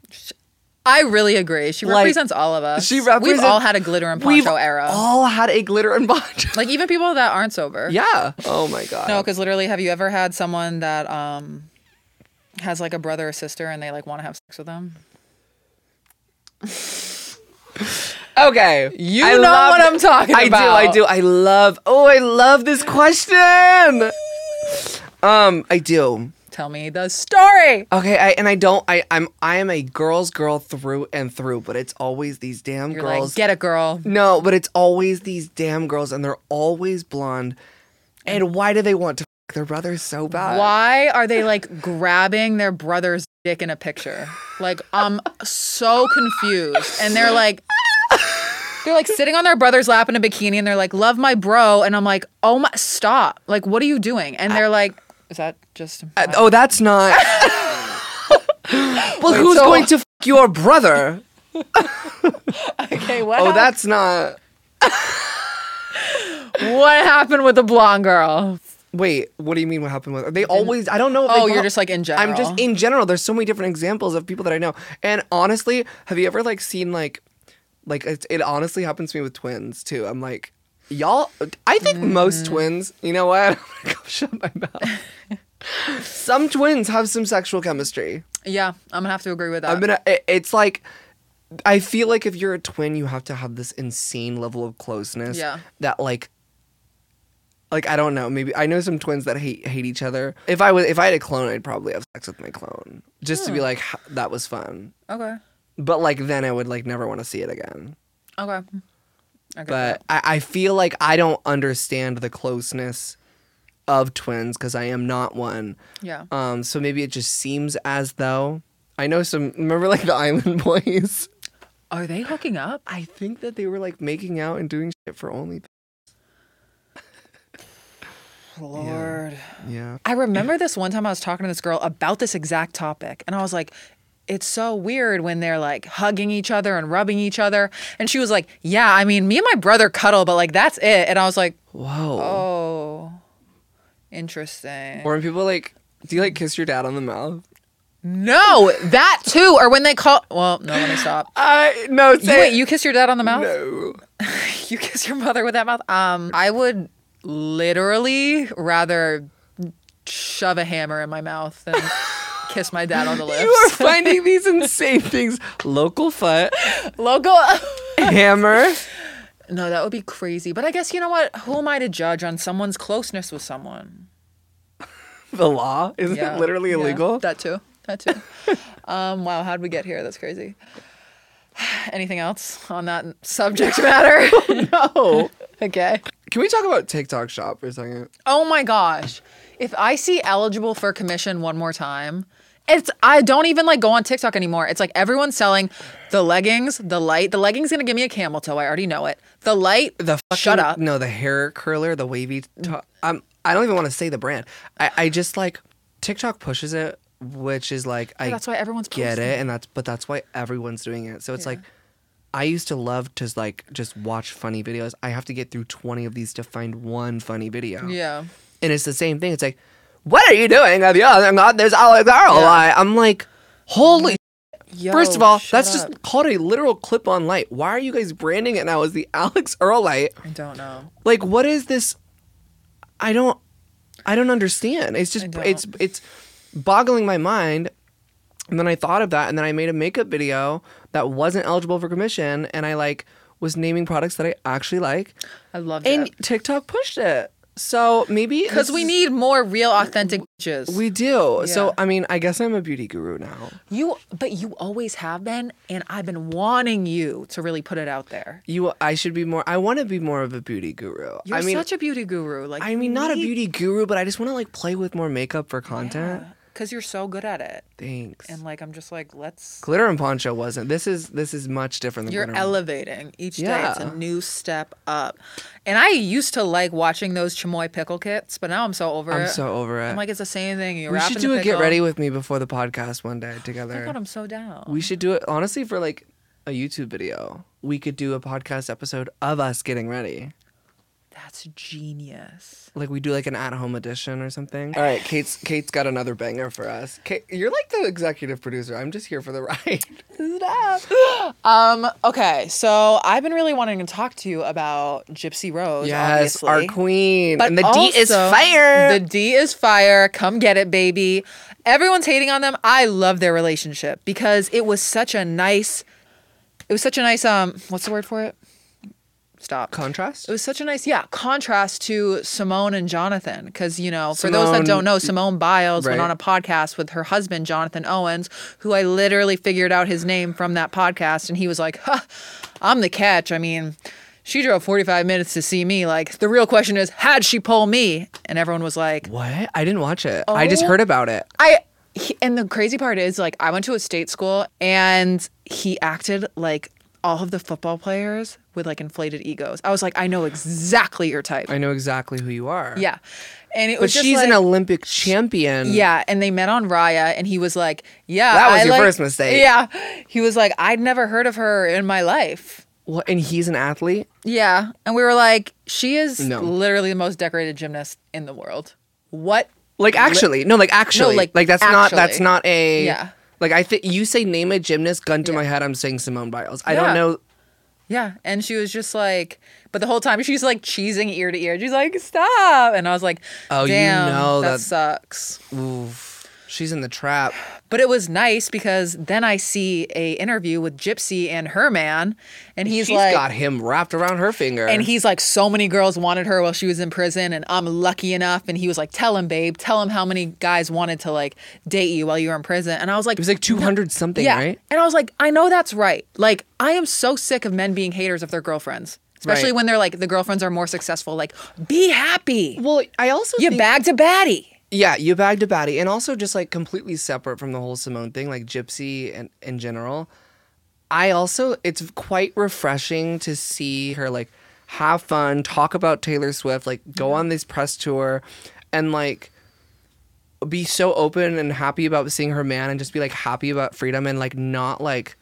I really agree. She
Like,
represents all of us.
She represents.
We've all had a glitter and
We've
poncho era.
All had a glitter and poncho.
like even people that aren't sober.
yeah. Oh my god.
No, because literally, have you ever had someone that um has like a brother or sister and they like want to have sex with them?
Okay.
You know what I'm talking
I I
about.
do. I do. I love. Oh, I love this question. Um, I do.
Tell me the story.
Okay, I, and I don't. I, I'm. I am a girl's girl through and through, but it's always these damn
You're
girls.
like, get it, girl.
no, but it's always these damn girls, and they're always blonde. And why do they want to f- their brothers so bad?
Why are they like grabbing their brother's dick in a picture? Like, I'm so confused. And they're like, they're like sitting on their brother's lap in a bikini and they're like, love my bro. And I'm like, oh my, stop. Like, what are you doing? And they're like, is that just.
Uh, oh, that's not. well, who's
so-
going to f- your brother?
okay, what?
Oh, that's not.
what happened with the blonde girl?
Wait, what do you mean? What happened with? They always. I don't know. If they
Oh, you're
blo-
just like in general.
I'm just in general. There's so many different examples of people that I know. And honestly, have you ever like seen like, like it, it honestly happens to me with twins too. I'm like, y'all. I think most twins. You know what? I'm gonna go shut my mouth. some twins have some sexual chemistry.
Yeah, I'm gonna have to agree with that.
I'm gonna. It, it's like. I feel like if you're a twin, you have to have this insane level of closeness.
Yeah.
That like. Like I don't know. Maybe I know some twins that hate hate each other. If I was if I had a clone, I'd probably have sex with my clone just
Hmm.
to be like "Ha- that was fun.
okay,
But like then I would like never want to see it again.
okay. okay.
But I, I feel like I don't understand the closeness of twins because I am not one.
yeah,
Um. So maybe it just seems as though I know some. Remember like the Island Boys.
are they hooking up?
I think that they were like making out and doing shit for only.
Lord.
Yeah.
I remember this one time I was talking to this girl about this exact topic, and I was like, it's so weird when they're like hugging each other and rubbing each other. And she was like, Yeah, I mean, me and my brother cuddle, but like that's it. And I was like,
Whoa.
Oh, interesting.
Or when people like, do you like kiss your dad on the mouth?
No, that too. Or when they call. Well, no, let me stop.
I no
You, wait, you kiss your dad on the mouth?
no.
You kiss your mother with that mouth? Um, I would literally rather shove a hammer in my mouth than kiss my dad on the lips.
You are finding these insane things. Local foot,
Local.
hammer.
no, that would be crazy. But I guess you know what? Who am I to judge on someone's closeness with someone?
The law isn't
Yeah,
it literally
yeah,
illegal?
that too. That too. um, wow, how'd we get here? That's crazy. Anything else on that subject matter?
Oh, No.
okay.
Can we talk about TikTok Shop for a second?
Oh my gosh. If I see eligible for commission one more time, it's I don't even like go on TikTok anymore. It's like everyone's selling the leggings, the light. The leggings gonna give me a camel toe. I already know it. The light,
The fucking,
shut up. Mm.
No, the hair curler, the wavy. To- um, I don't even want to say the brand. I, I just like TikTok pushes it, which is like I.
that's why everyone's
get
posting.
it, and that's but that's why everyone's doing it. So it's like. I used to love to like just watch funny videos. I have to get through 20 of these to find one funny video.
Yeah.
And it's the same thing. It's like, what are you doing? Have you got this all girl? I'm like, holy.
Yo,
First of all,
shut
that's
up.
just called a literal clip on light. Why are you guys branding it now as the Alex Earl light?
I don't know.
Like, what is this? I don't, I don't understand. It's just,
I don't.
it's, it's boggling my mind. And then I thought of that, and then I made a makeup video that wasn't eligible for commission, and I like was naming products that I actually like,
I love
and
it.
TikTok pushed it. So maybe
Because
this
we
is-
need more real authentic bitches.
we do.
Yeah.
So I mean, I guess I'm a beauty guru now.
you but you always have been, and I've been wanting you to really put it out there.
You, I should be more. I want to be more of a beauty guru.
You're
I mean,
such a beauty guru. Like
I mean, not a beauty guru, but I just want to like play with more makeup for content.
because you're so good at it.
Thanks.
And like I'm just like, let's
glitter and poncho wasn't. This is this is much different than
You're
glitter. and-
elevating each day. It's
Yeah.
a new step up. And I used to like watching those chamoy pickle kits, but now I'm so over it.
I'm so over it.
I'm like, it's the same thing. You're
we should do
the
a get
pickle.
ready with me before the podcast one day
Oh my
together.
God, I'm so down.
we should do it honestly for like a YouTube video. We could do a podcast episode of us getting ready.
That's genius.
Like we do like an at-home edition or something. All right, Kate's Kate's got another banger for us. Kate, you're like the executive producer. I'm just here for the ride.
Um, okay, so I've been really wanting to talk to you about Gypsy Rose.
Yes,
obviously.
our queen.
But
and the D is
also,
fire.
The D is fire. Come get it, baby. Everyone's hating on them. I love their relationship because it was such a nice. It was such a nice. Um, what's the word for it? Stop.
contrast.
it was such a nice, yeah, contrast to Simone and Jonathan. Because, you know, for those that
Simone-
don't know, Simone Biles went
Right.
on a podcast with her husband, Jonathan Owens, who I literally figured out his name from that podcast. And he was like, huh, I'm the catch. I mean, she drove 45 minutes to see me. Like, the real question is, had she pull me? And everyone was like,
What? I didn't watch it. I just
Oh.
heard about it.
I he, and the crazy part is like I went to a state school and he acted like all of the football players with like inflated egos. I was like, I know exactly your type.
I know exactly who you are.
Yeah, and it
But
was just
she's
like,
an Olympic champion.
yeah, and they met on Raya, and he was like, yeah,
That was
I
your
like-
first mistake.
Yeah, he was like, I'd never heard of her in my life.
What, and he's an athlete?
Yeah, and we were like, she is
No.
literally the most decorated gymnast in the world. What?
Like actually. No, like actually.
like,
like, that's not that's
actually.
not a
Yeah.
Like I think you say name a gymnast, gun to
Yeah.
my head, I'm saying Simone Biles. I
Yeah.
don't know
Yeah. And she was just like, but the whole time she's like cheesing ear to ear. She's like, stop. And I was like,
Oh, you
damn,
know
that,
that-
sucks.
Oof. She's in the trap.
But it was nice because then I see a interview with Gypsy and her man. And he's
She's
like,
got him wrapped around her finger.
and he's like, so many girls wanted her while she was in prison, and I'm lucky enough. And he was like, tell him, babe, tell him how many guys wanted to like date you while you were in prison. And I was like,
it was like two hundred something, right?
And I was like, I know that's right. Like, I am so sick of men being haters of their girlfriends, especially
Right.
when they're like, the girlfriends are more successful. Like, be happy.
Well, I also
You
think-
bagged a baddie.
Yeah, you bagged a baddie. And also just like completely separate from the whole Simone thing, like Gypsy and in general. I also it's quite refreshing to see her like have fun, talk about Taylor Swift, like go on this press tour and like be so open and happy about seeing her man and just be like happy about freedom and like not like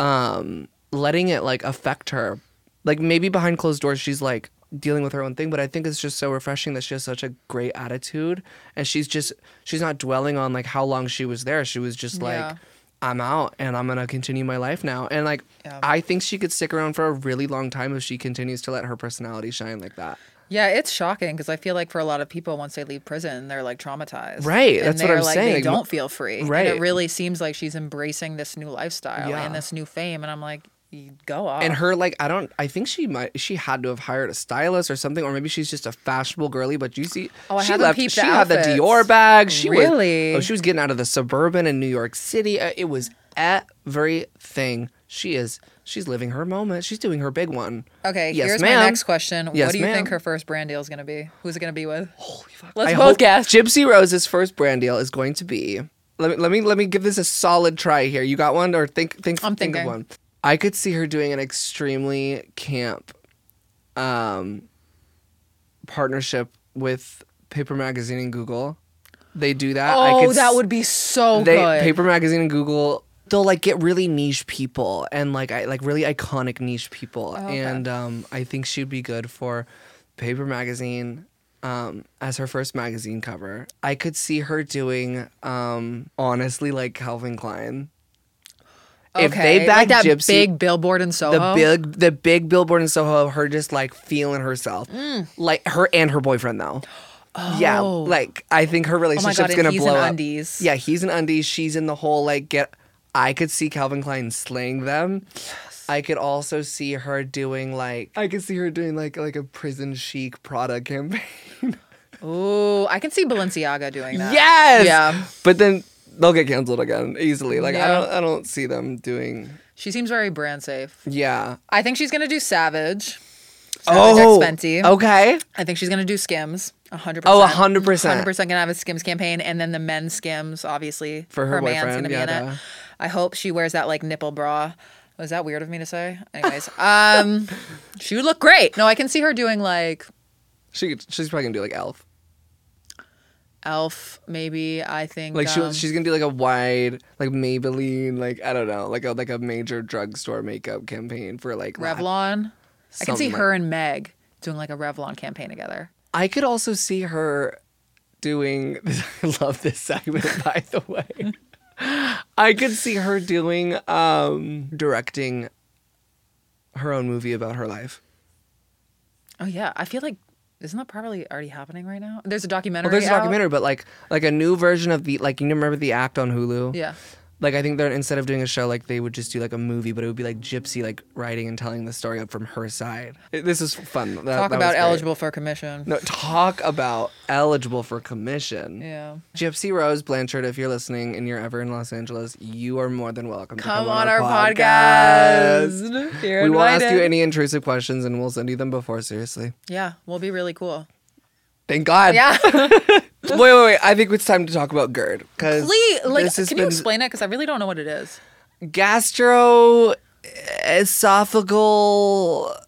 um letting it like affect her. Like maybe behind closed doors she's like dealing with her own thing, but I think it's just so refreshing that she has such a great attitude and she's just she's not dwelling on like how long she was there. She was just like
Yeah.
I'm out and I'm gonna continue my life now. And like,
Yeah.
I think she could stick around for a really long time if she continues to let her personality shine like that.
Yeah, it's shocking because I feel like for a lot of people, once they leave prison, they're like traumatized.
Right,
And
that's what
they're
I'm
like,
saying,
They
like,
don't feel free. And
right.
it really seems like she's embracing this new lifestyle
Yeah.
and this new fame. And I'm like, "You go off.
And her, like, I don't, I think she might, she had to have hired a stylist or something, or maybe she's just a fashionable girly. But you see,
Oh, I
she
haven't
left.
peeped
she
the
had the
outfits.
Dior bag. She was-
Really?
oh, she was getting out of the suburban in New York City. Uh, It was everything. She is. She's living her moment. She's doing her big one.
okay,
Yes,
here's
ma'am.
my next question.
Yes,
what do you think
ma'am.
her first brand deal is going to be? Who's it going to be with? Holy
fuck.
Let's
I
both
hope
guess.
Gypsy Rose's first brand deal is going to be. Let me let me let me give this a solid try here. You got one or think think
I'm
think of
thinking.
one. I could see her doing an extremely camp um partnership with Paper Magazine and Google. They do that. I
Oh,
could
that
s-
would be so
they
good.
Paper Magazine and Google they'll like get really niche people and like I like really iconic niche people
okay.
and um I think she'd be good for Paper Magazine um as her first magazine cover. I could see her doing um honestly like Calvin Klein. If
Okay,
they back
like that
Gypsy
big billboard in Soho.
the big the big billboard in Soho of her just like feeling herself. Like her and her boyfriend though. Yeah,
Mm. Oh.
like I think her relationship's
and
gonna
he's
blow
in
up.
undies.
Yeah, he's in undies. She's in the whole like get. I could see Calvin Klein slaying them. I could also see her doing like I could see her doing like like a prison chic Prada campaign.
Ooh, I can see Balenciaga doing that.
yes.
Yeah.
But then they'll get canceled again easily. Like I
Yeah.
don't I don't see them doing.
She seems very brand safe.
Yeah.
I think she's going to do Savage. Savage
oh.
X Fenty.
Okay.
I think she's gonna do skims. 100%.
Oh, 100%.
100% gonna have a skims campaign. And then the men's skims, obviously.
For her boyfriend, yeah,
be in
duh.
it. I hope she wears that like nipple bra. Was that weird of me to say? Anyways, um, she would look great. No, I can see her doing like
She she's probably gonna do like Elf.
elf, maybe. I think.
Like she
um,
she's gonna do like a wide like Maybelline like I don't know like a like a major drugstore makeup campaign for like la-
Revlon. I can see
Something like-
her and Meg doing like a Revlon campaign together.
I could also see her doing. I love this segment by the way. I could see her doing um directing her own movie about her life.
Oh yeah, I feel like isn't that probably already happening right now? There's a documentary.
Well, there's a
out.
documentary, but like like a new version of the like you remember the act on Hulu.
Yeah.
Like I think they're instead of doing a show, like they would just do like a movie, but it would be like Gypsy like writing and telling the story up from her side. It- This is fun. That-
Talk
that was
about
great.
eligible for commission.
No, talk about eligible for commission.
Yeah.
Gypsy Rose Blanchard, if you're listening and you're ever in Los Angeles, you are more than welcome. to
Come
come
on our
podcast.
podcast. You're
We won't ask you
invited.
any intrusive questions, and we'll send you them before. Seriously,
Yeah, we'll be really cool.
thank God.
Yeah.
wait, wait, wait. I think it's time to talk about GERD because
Please, like,
this has
can you
been
explain it? Because I really don't know what it is.
gastroesophageal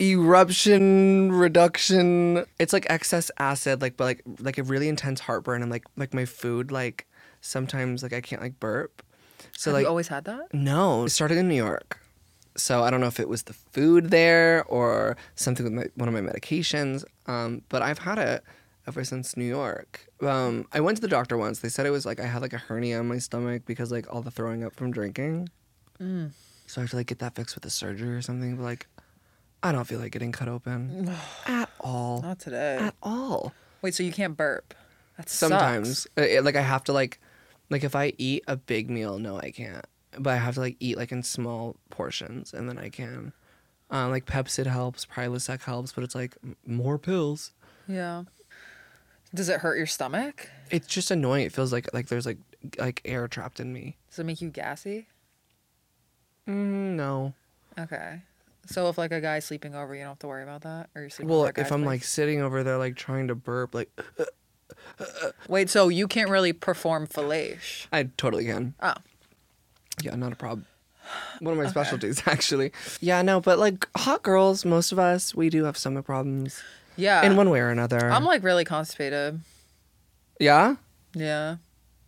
eruption reduction. It's like excess acid, like but like like a really intense heartburn, and like like my food, like sometimes like I can't like burp. So
Have
like
you always had that?
no, it started in New York. So I don't know if it was the food there or something with my, one of my medications, um, but I've had it ever since New York. Um, I went to the doctor once. They said it was like I had like a hernia in my stomach because like all the throwing up from drinking. So I have to like get that fixed with a surgery or something. But like, I don't feel like getting cut open at all,
Not today.
at all
Wait, so you can't burp? That sucks.
sometimes Uh, it- like i have to like like if i eat a big meal no i can't but i have to like eat like in small portions and then i can um, like pepsid helps prilosec helps but it's like m- more pills
Yeah. Does it hurt your stomach?
it's just annoying it feels like like there's like g- like air trapped in me
Does it make you gassy?
mm, no
Okay. So if like a guy's sleeping over, you don't have to worry about that, or you're sleeping.
well
over a
if
guy's
i'm
place?
like sitting over there like trying to burp like
wait, so you can't really perform fellatio?
i totally can
Oh,
Yeah, not a problem. One of my specialties, actually. Yeah, no, but like hot girls, most of us, we do have stomach problems
yeah.
in one way or another.
Uh, I'm like really constipated.
yeah?
Yeah,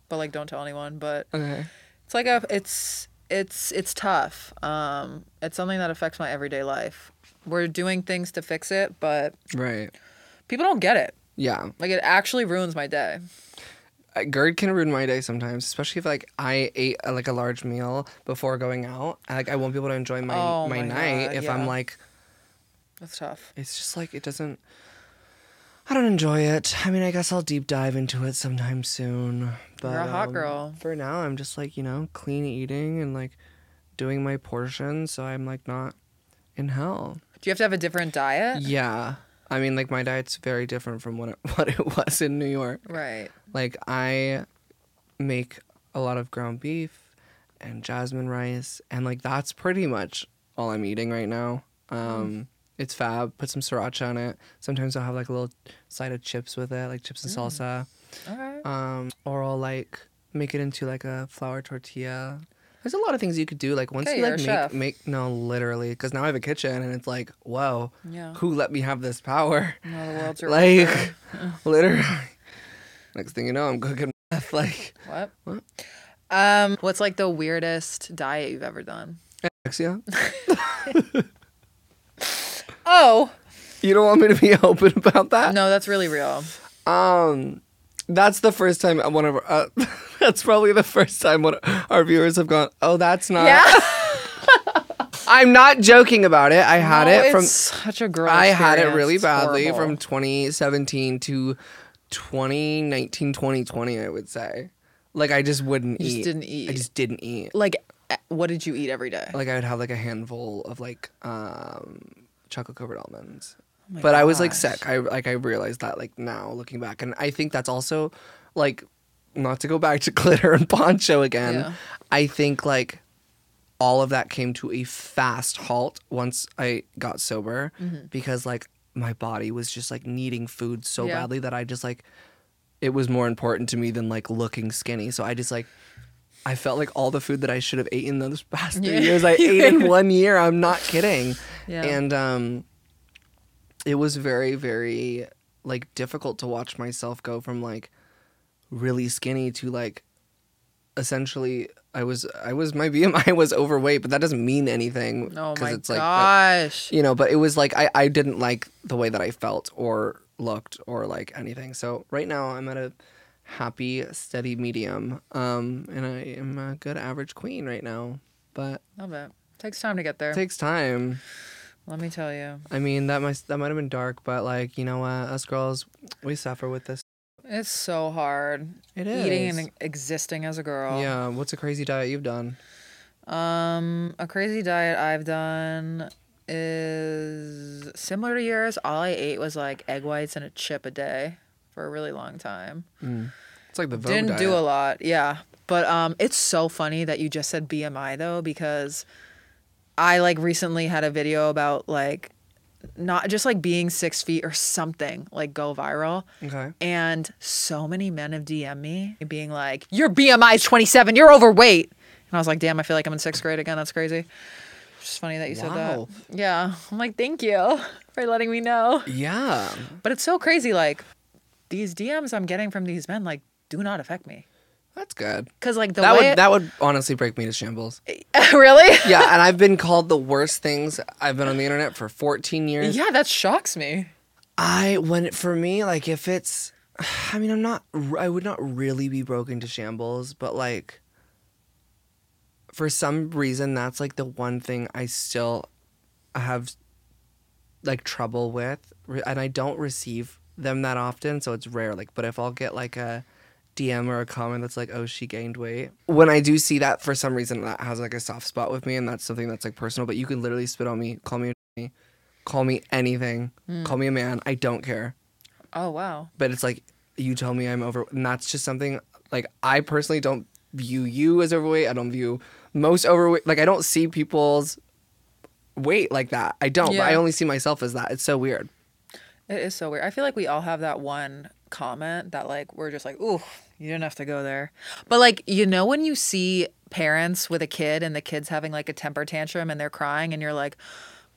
but like don't tell anyone. But
Okay.
It's like a it's it's it's tough. Um, it's something that affects my everyday life. We're doing things to fix it, but
Right.
people don't get it.
Yeah.
Like it actually ruins my day.
Uh, GERD can ruin my day sometimes, especially if like I ate uh, like a large meal before going out. I, Like I won't be able to enjoy my
Oh
my,
my
night
God,
if
yeah.
I'm like
That's tough.
it's just like it doesn't I don't enjoy it. I mean, I guess I'll deep dive into it sometime soon. But
You're a hot
um,
girl.
For now, I'm just like, you know, clean eating and like doing my portion so I'm like not in hell.
Do you have to have a different diet?
Yeah. I mean, like my diet's very different from what it, what it was in New York.
Right.
Like I make a lot of ground beef and jasmine rice, and like that's pretty much all I'm eating right now.
Mm.
Um, It's fab. Put some sriracha on it. Sometimes I'll have like a little side of chips with it, like chips and
Mm.
salsa.
All right.
Um, or I'll like make it into like a flour tortilla. There's a lot of things you could do. Like once
Okay,
you
you're
like
a
make
chef.
make no literally because now I have a kitchen and it's like whoa,
Yeah.
who let me have this power?
No, the world's your
like literally next thing you know i'm cooking meth like
What?
What?
Um, what's like the weirdest diet you've ever done?
anorexia
Oh
you don't want me to be open about that
no, that's really real.
um that's the first time one of our, uh, that's probably the first time one of our viewers have gone oh that's not
yeah,
i'm not joking about it i had
No,
it
it's
from
such a gross.
i had it
experience.
really
It's
badly from
horrible.
2017 to 2019 2020 i would say like i just wouldn't
You
eat
just didn't
i
eat.
just didn't eat
Like, eh, what did you eat every day? Oh
like I would have like a handful of like um chocolate covered almonds.
Oh my
but I was like
gosh.
sick. I like I realized that like now looking back and I think that's also like not to go back to glitter and poncho again.
Yeah.
I think like all of that came to a fast halt once I got sober
Mm-hmm.
because like my body was just like needing food so
Yeah.
badly that I just like it was more important to me than like looking skinny. So I just like I felt like all the food that I should have eaten those past three
Yeah.
years I ate in one year. I'm not kidding.
Yeah.
And um it was very, very like difficult to watch myself go from like really skinny to like essentially I was I was my BMI was overweight, but that doesn't mean anything.
oh
'cause
my
it's like that-
gosh.
you know, but it was like I, I didn't like the way that I felt or looked or like anything. So right now I'm at a happy, steady medium. Um, and I am a good average queen right now. But
Love it. Takes time to get there.
it takes time.
Let me tell you,
I mean that might that might have been dark, but like, you know what, us girls, we suffer with this.
it's so hard.
It is
Eating and existing as a girl.
Yeah. What's a crazy diet you've done?
Um, a crazy diet I've done is similar to yours. All I ate was like egg whites and a chip a day for a really long time.
It's like the Vogue
Didn't
diet.
do a lot, yeah. But um, it's so funny that you just said BMI though, because I like recently had a video about like not just like being six feet or something like go viral.
Okay.
And so many men have DM me being like, Your BMI is 27, you're overweight. And I was like, damn, I feel like I'm in sixth grade again. That's crazy. It's just funny that you
Wow.
said that. Yeah. I'm like, thank you for letting me know.
Yeah.
But it's so crazy. Like, these DMs I'm getting from these men, like, do not affect me.
That's good.
Cause like the
That
way
would that would honestly break me to shambles.
really,
yeah, and I've been called the worst things. I've been on the internet for 14 years.
yeah, that shocks me.
I when for me like if it's I mean I'm not I would not really be broken to shambles, but like for some reason that's like the one thing I still have like trouble with re- and I don't receive them that often, so it's rare like but if I'll get like a DM or a comment that's like, oh, she gained weight. When I do see that, for some reason, that has like a soft spot with me, and that's something that's like personal. But you can literally spit on me, call me a call me anything,
Mm.
call me a man. I don't care.
Oh wow,
But it's like you tell me I'm over, and that's just something like I personally don't view you as overweight. I don't view most overweight. Like I don't see people's weight like that. I don't. But I
Yeah.
only see myself as that. It's so weird.
it is so weird. I feel like we all have that one comment that like we're just like, ooh, you didn't have to go there. But like you know when you see parents with a kid and the kids having like a temper tantrum and they're crying and you're like,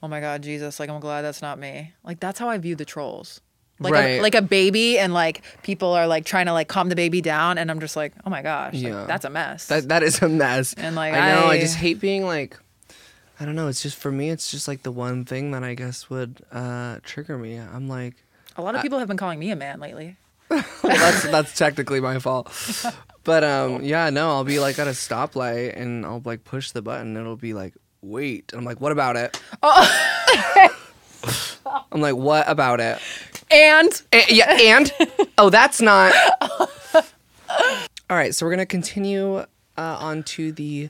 oh my god, Jesus, like I'm glad that's not me. Like that's how I view the trolls. Like
Right.
a, like a baby and like people are like trying to like calm the baby down and I'm just like, oh my gosh, like,
Yeah.
that's a mess.
That that is a mess.
And, like,
I know, I
I-
just hate being like I don't know. It's just for me. It's just like the one thing that I guess would uh, trigger me. I'm like,
A lot of people have been calling me a man lately.
well, that's that's technically my fault. But um, yeah, no, I'll be like at a stoplight and I'll like push the button. And it'll be like, wait. And I'm like, what about it? I'm like, what about it?
And
A- Eh, yeah, and oh, that's not. All right, so we're gonna continue uh, on to the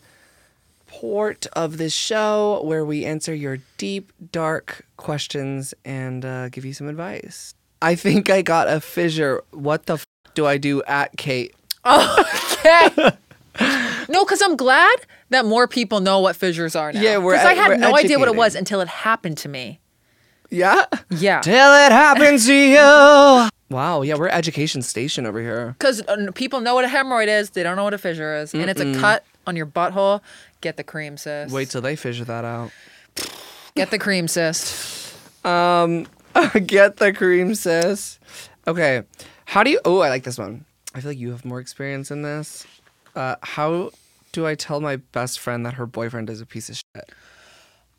port of this show where we answer your deep, dark questions and uh, give you some advice. I think I got a fissure. What the f- do I do at Kate?
okay. no, because I'm glad that more people know what fissures are now.
Yeah, we're
'Cause I
ed-
had
we're
no idea what it
educating.
was until it happened to me.
Yeah.
Yeah.
Till it happens to you. Wow. Yeah, we're education station over here.
Because uh, people know what a hemorrhoid is, they don't know what a fissure is, and it's a cut on your butthole. Get the cream, sis.
Wait till they fissure that out.
Get the cream, sis.
Um, Get the cream, sis. Okay. How do you? Oh, I like this one. I feel like you have more experience in this. Uh, how do I tell my best friend that her boyfriend is a piece of shit?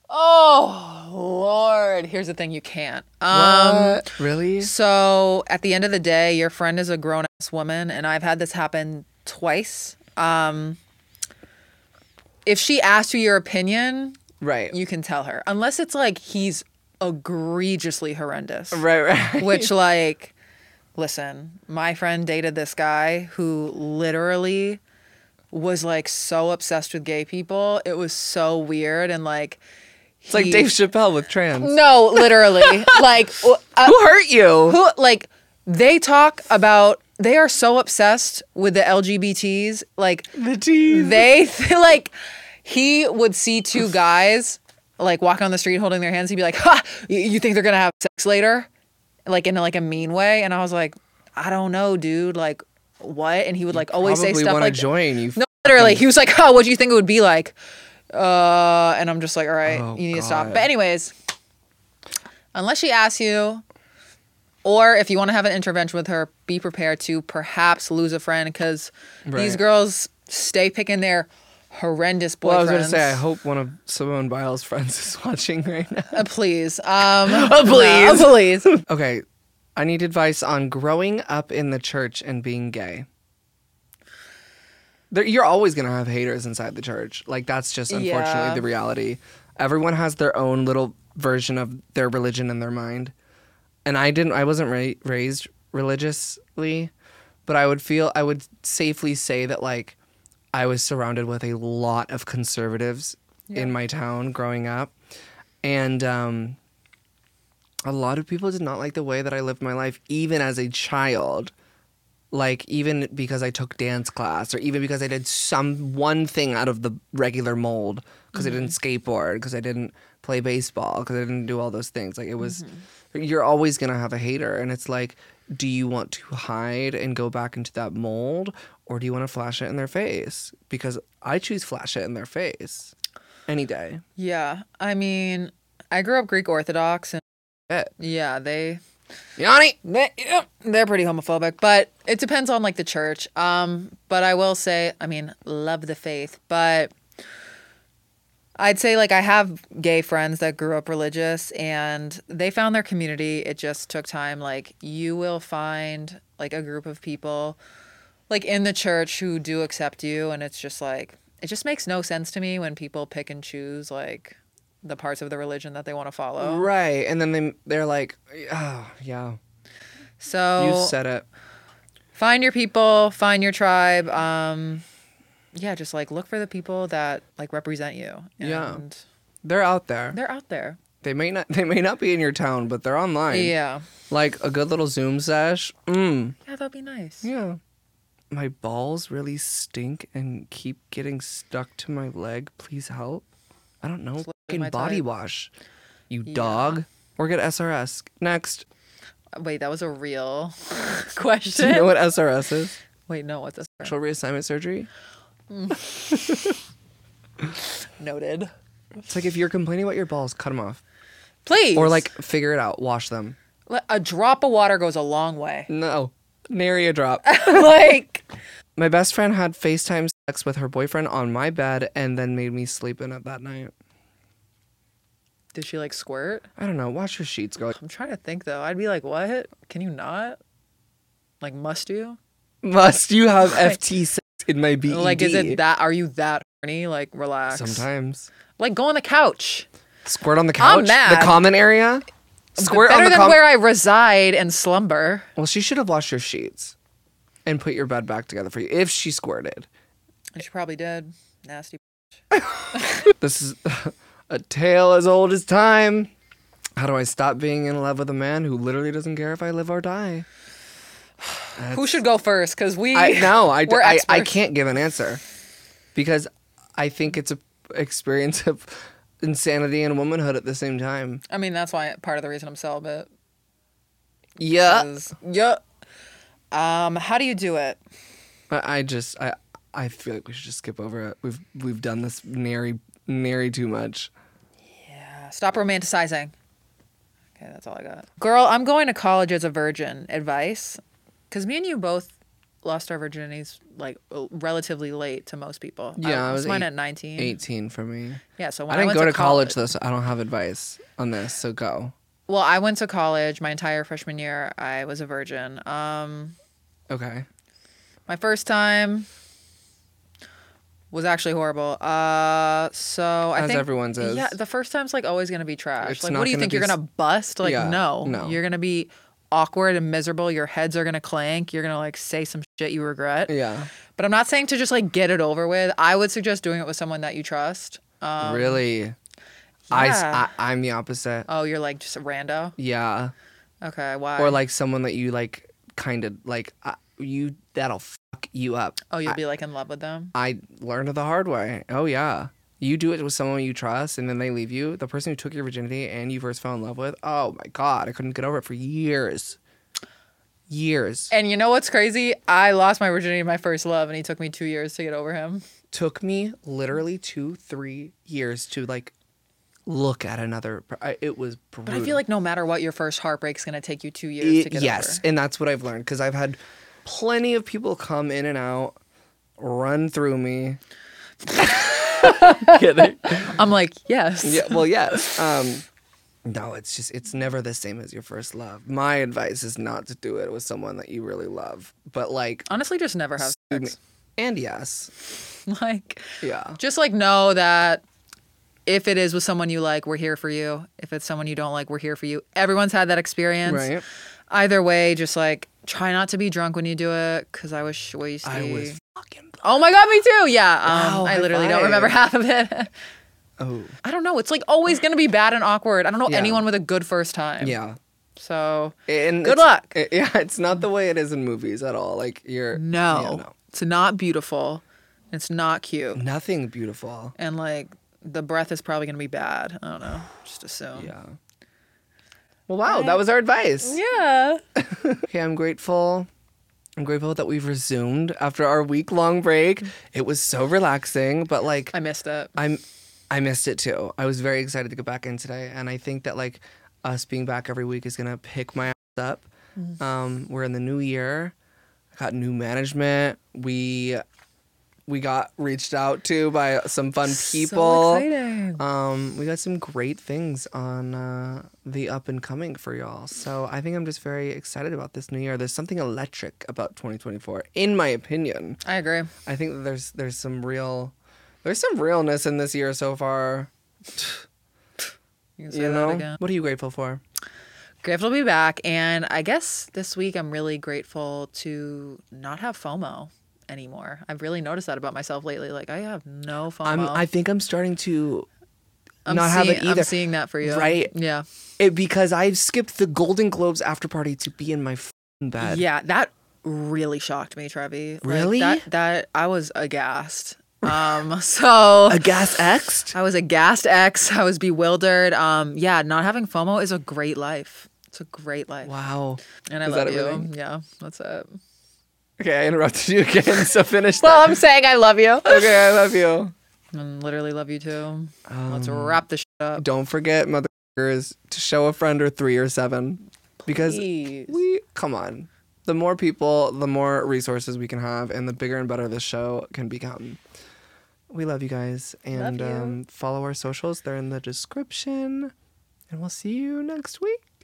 Oh Lord! Here's the thing: you can't. Um,
What? really?
So at the end of the day, your friend is a grown ass woman, and I've had this happen twice. Um, if she asks you your opinion,
Right.
you can tell her, unless it's like he's egregiously horrendous.
right. Right.
Which, like, listen, my friend dated this guy who literally was like so obsessed with gay people. It was so weird. And like,
It's like
he-
Dave Chappelle with trans.
No, literally. like, w- uh,
Who hurt you?
who, like, they talk about, they are so obsessed with the LGBTs. Like,
The teeth.
they feel like he would see two guys like walking on the street holding their hands. He'd be like, "Ha! y- You think they're gonna have sex later?" Like in like a mean way. And I was like, "I don't know, dude. Like, what?" And he would like always say
Probably
stuff
want
like,
to join you.
"No,
Mm.
literally." He was like, "Oh, what do you think it would be like?" Uh, and I'm just like, "All right,
Oh,
you need to stop."
God.
But anyways, unless she asks you. Or if you want to have an intervention with her, be prepared to perhaps lose a friend because these
Right.
girls stay picking their horrendous boyfriends.
Well, I was gonna say I hope one of Simone Biles' friends is watching right now.
Uh, please. Um,
Oh, please.
no, please.
Okay, I need advice on growing up in the church and being gay. There, you're always gonna have haters inside the church. Like that's just unfortunately
Yeah.
the reality. Everyone has their own little version of their religion in their mind, and I didn't. I wasn't ra- raised religiously, but I would feel I would safely say that like I was surrounded with a lot of conservatives in my town growing up, and um, a lot of people did not like the way that I lived my life, even as a child. Like even because I took dance class, or even because I did some one thing out of the regular mold, because I didn't skateboard, because I didn't play baseball, because I didn't do all those things. Like it was, you're always gonna have a hater, and it's like, do you want to hide and go back into that mold, or do you want to flash it in their face? Because I choose flash it in their face, any day.
Yeah. I mean, I grew up Greek Orthodox, and
Yeah.
yeah, they
Yanni,
They, yeah, they're pretty homophobic, but it depends on like the church. Um, but I will say, I mean, love the faith, but I'd say like I have gay friends that grew up religious and they found their community. It just took time. Like you will find like a group of people like in the church who do accept you and it's just like it just makes no sense to me when people pick and choose like the parts of the religion that they want to follow.
Right. And then they, they're like, oh, yeah,
So
you said it.
find your people find your tribe um yeah just like look for the people that like represent you and
Yeah. They're out there.
they're out there
They may not they may not be in your town, but they're online.
yeah
Like a good little Zoom sesh. Mm.
yeah that'd be nice
Yeah. My balls really stink and keep getting stuck to my leg. Please help. I don't know.
literally
Fucking
my
body
type.
wash. You dog. Or get SRS. Next.
wait that was a real
Do
question
you know what SRS is?
wait no what's this for?
Sexual reassignment surgery.
noted
It's like if you're complaining about your balls, cut them off.
please
Or like figure it out. Wash them.
Le- a drop of water goes a long way
No. Nary a drop.
like
My best friend had FaceTime sex with her boyfriend on my bed and then made me sleep in it that night.
Did she like squirt?
I don't know. Wash your sheets, girl.
I'm trying to think though. I'd be like, what? Can you not? Like, must you?
Must you have FT sex in my E BED?
Like, is it that? Are you that horny? Like, relax.
Sometimes.
Like, go on the couch.
Squirt on the couch?
mad.
The common area? Squirt
Better
on the
than
com-
where I reside and slumber.
Well, she should have washed your sheets and put your bed back together for you if she squirted.
And she probably did. Nasty.
This is a tale as old as time. How do I stop being in love with a man who literally doesn't care if I live or die?
Who should go first? Because we.
I no, I,
We're
I, I
experts.
can't give an answer because I think it's a experience of insanity and womanhood at the same time.
I mean, that's why part of the reason I'm celibate.
Yeah,
Is, yeah. Um, how do you do it?
but I just I I feel like we should just skip over it. We've we've done this nary nary too much.
Yeah. Stop romanticizing. Okay, that's all I got. Girl, I'm going to college as a virgin. Advice? Because me and you both lost our virginities like uh, relatively late to most people.
Yeah, I was
mine
eight-
at 19.
Eighteen for me.
Yeah, so when
I
I,
didn't
went
go
to
to college though, so I don't have advice on this. So go.
Well, I went to college my entire freshman year. I was a virgin. Um,
Okay.
my first time was actually horrible. Uh, so I
As
think
everyone's is.
Yeah, the first time's like always gonna be trash.
It's
like,
not
what do you
gonna
think
be
you're
s-
gonna bust? Like,
Yeah,
no,
no.
you're gonna be awkward and miserable. Your heads are gonna clank. You're gonna like say some shit you regret.
Yeah.
But I'm not saying to just like get it over with. I would suggest doing it with someone that you trust. Um,
really. I,
yeah.
I am the opposite.
oh, you're like just a rando.
Yeah.
Okay, why?
Or like someone that you like, kind of like uh, you. That'll fuck you up.
oh, you'll be like in love with them.
I learned the hard way. Oh yeah. You do it with someone you trust, and then they leave you. The person who took your virginity and you first fell in love with. Oh my god, I couldn't get over it for years. Years
And you know what's crazy? I lost my virginity to my first love, and he took me two years to get over him.
took me literally two, three years to like look at another. per- I- It was brutal.
But I feel like no matter what, your first heartbreak's gonna take you two years
Y-
to get
yes
over.
and that's what i've learned because i've had plenty of people come in and out run through me Kidding.
I'm like, yes.
yeah well yes um no it's just it's never the same as your first love my advice is not to do it with someone that you really love but like
Honestly, just never have sex.
and yes
like,
yeah
just like know that if it is with someone you like, we're here for you. If it's someone you don't like, we're here for you. Everyone's had that experience.
Right.
Either way, just like try not to be drunk when you do it, because I was sh- wasted.
i was fucking
Oh my god, me too. Yeah. Um,
Wow,
I
high
literally
five.
don't remember half of it.
oh
I don't know. It's like always gonna be bad and awkward. I don't know
Yeah.
anyone with a good first time.
yeah
So
and
Good
it's-
luck.
it- yeah it's not the way it is in movies at all like you're
no,
yeah, no.
it's not beautiful. It's not cute.
nothing beautiful
And like the breath is probably gonna be bad. I don't know. Just assume.
yeah well wow that was our advice
Yeah.
Okay, I'm grateful. I'm grateful that we've resumed after our week long break.
Mm-hmm.
It was so relaxing, but like
I missed it.
I'm I missed it too. I was very excited to get back in today and I think that like us being back every week is going to pick my ass up. Um we're in the new year. I got new management. We we got reached out to by some fun people.
So exciting.
Um, we got some great things on uh, the up and coming for y'all. So I think I'm just very excited about this new year. There's something electric about 2024, in my opinion.
I agree.
I think that there's there's some real there's some realness in this year so far.
You can say
You
that
know,
again.
what are you grateful for?
Grateful to be back. And I guess this week I'm really grateful to not have FOMO anymore. I've really noticed that about myself lately. Like I have no FOMO.
I'm I think I'm starting to
I'm
not have
seeing,
it either.
I'm seeing that for you.
Right.
Yeah.
It because I've skipped the Golden Globes after party to be in my fing bed.
Yeah, that really shocked me, Trevi. Like,
Really?
that that I was aghast. Um so
A gas exed.
I was aghast ex. I was bewildered. Um yeah, not having FOMO is a great life. It's a great life.
Wow.
And I
Is
love
that
you.
everything?
Yeah, that's it.
Okay, I interrupted you again, so finish that.
Well, I'm saying I love you.
Okay, I love you.
And literally love you too. Let's wrap this shit up.
Don't forget, motherfuckers, to show a friend or three or seven. Because
Please.
we, come on. The more people, the more resources we can have, and the bigger and better this show can become. We love you guys. And
you.
Um, follow our socials, they're in the description. And we'll see you next week.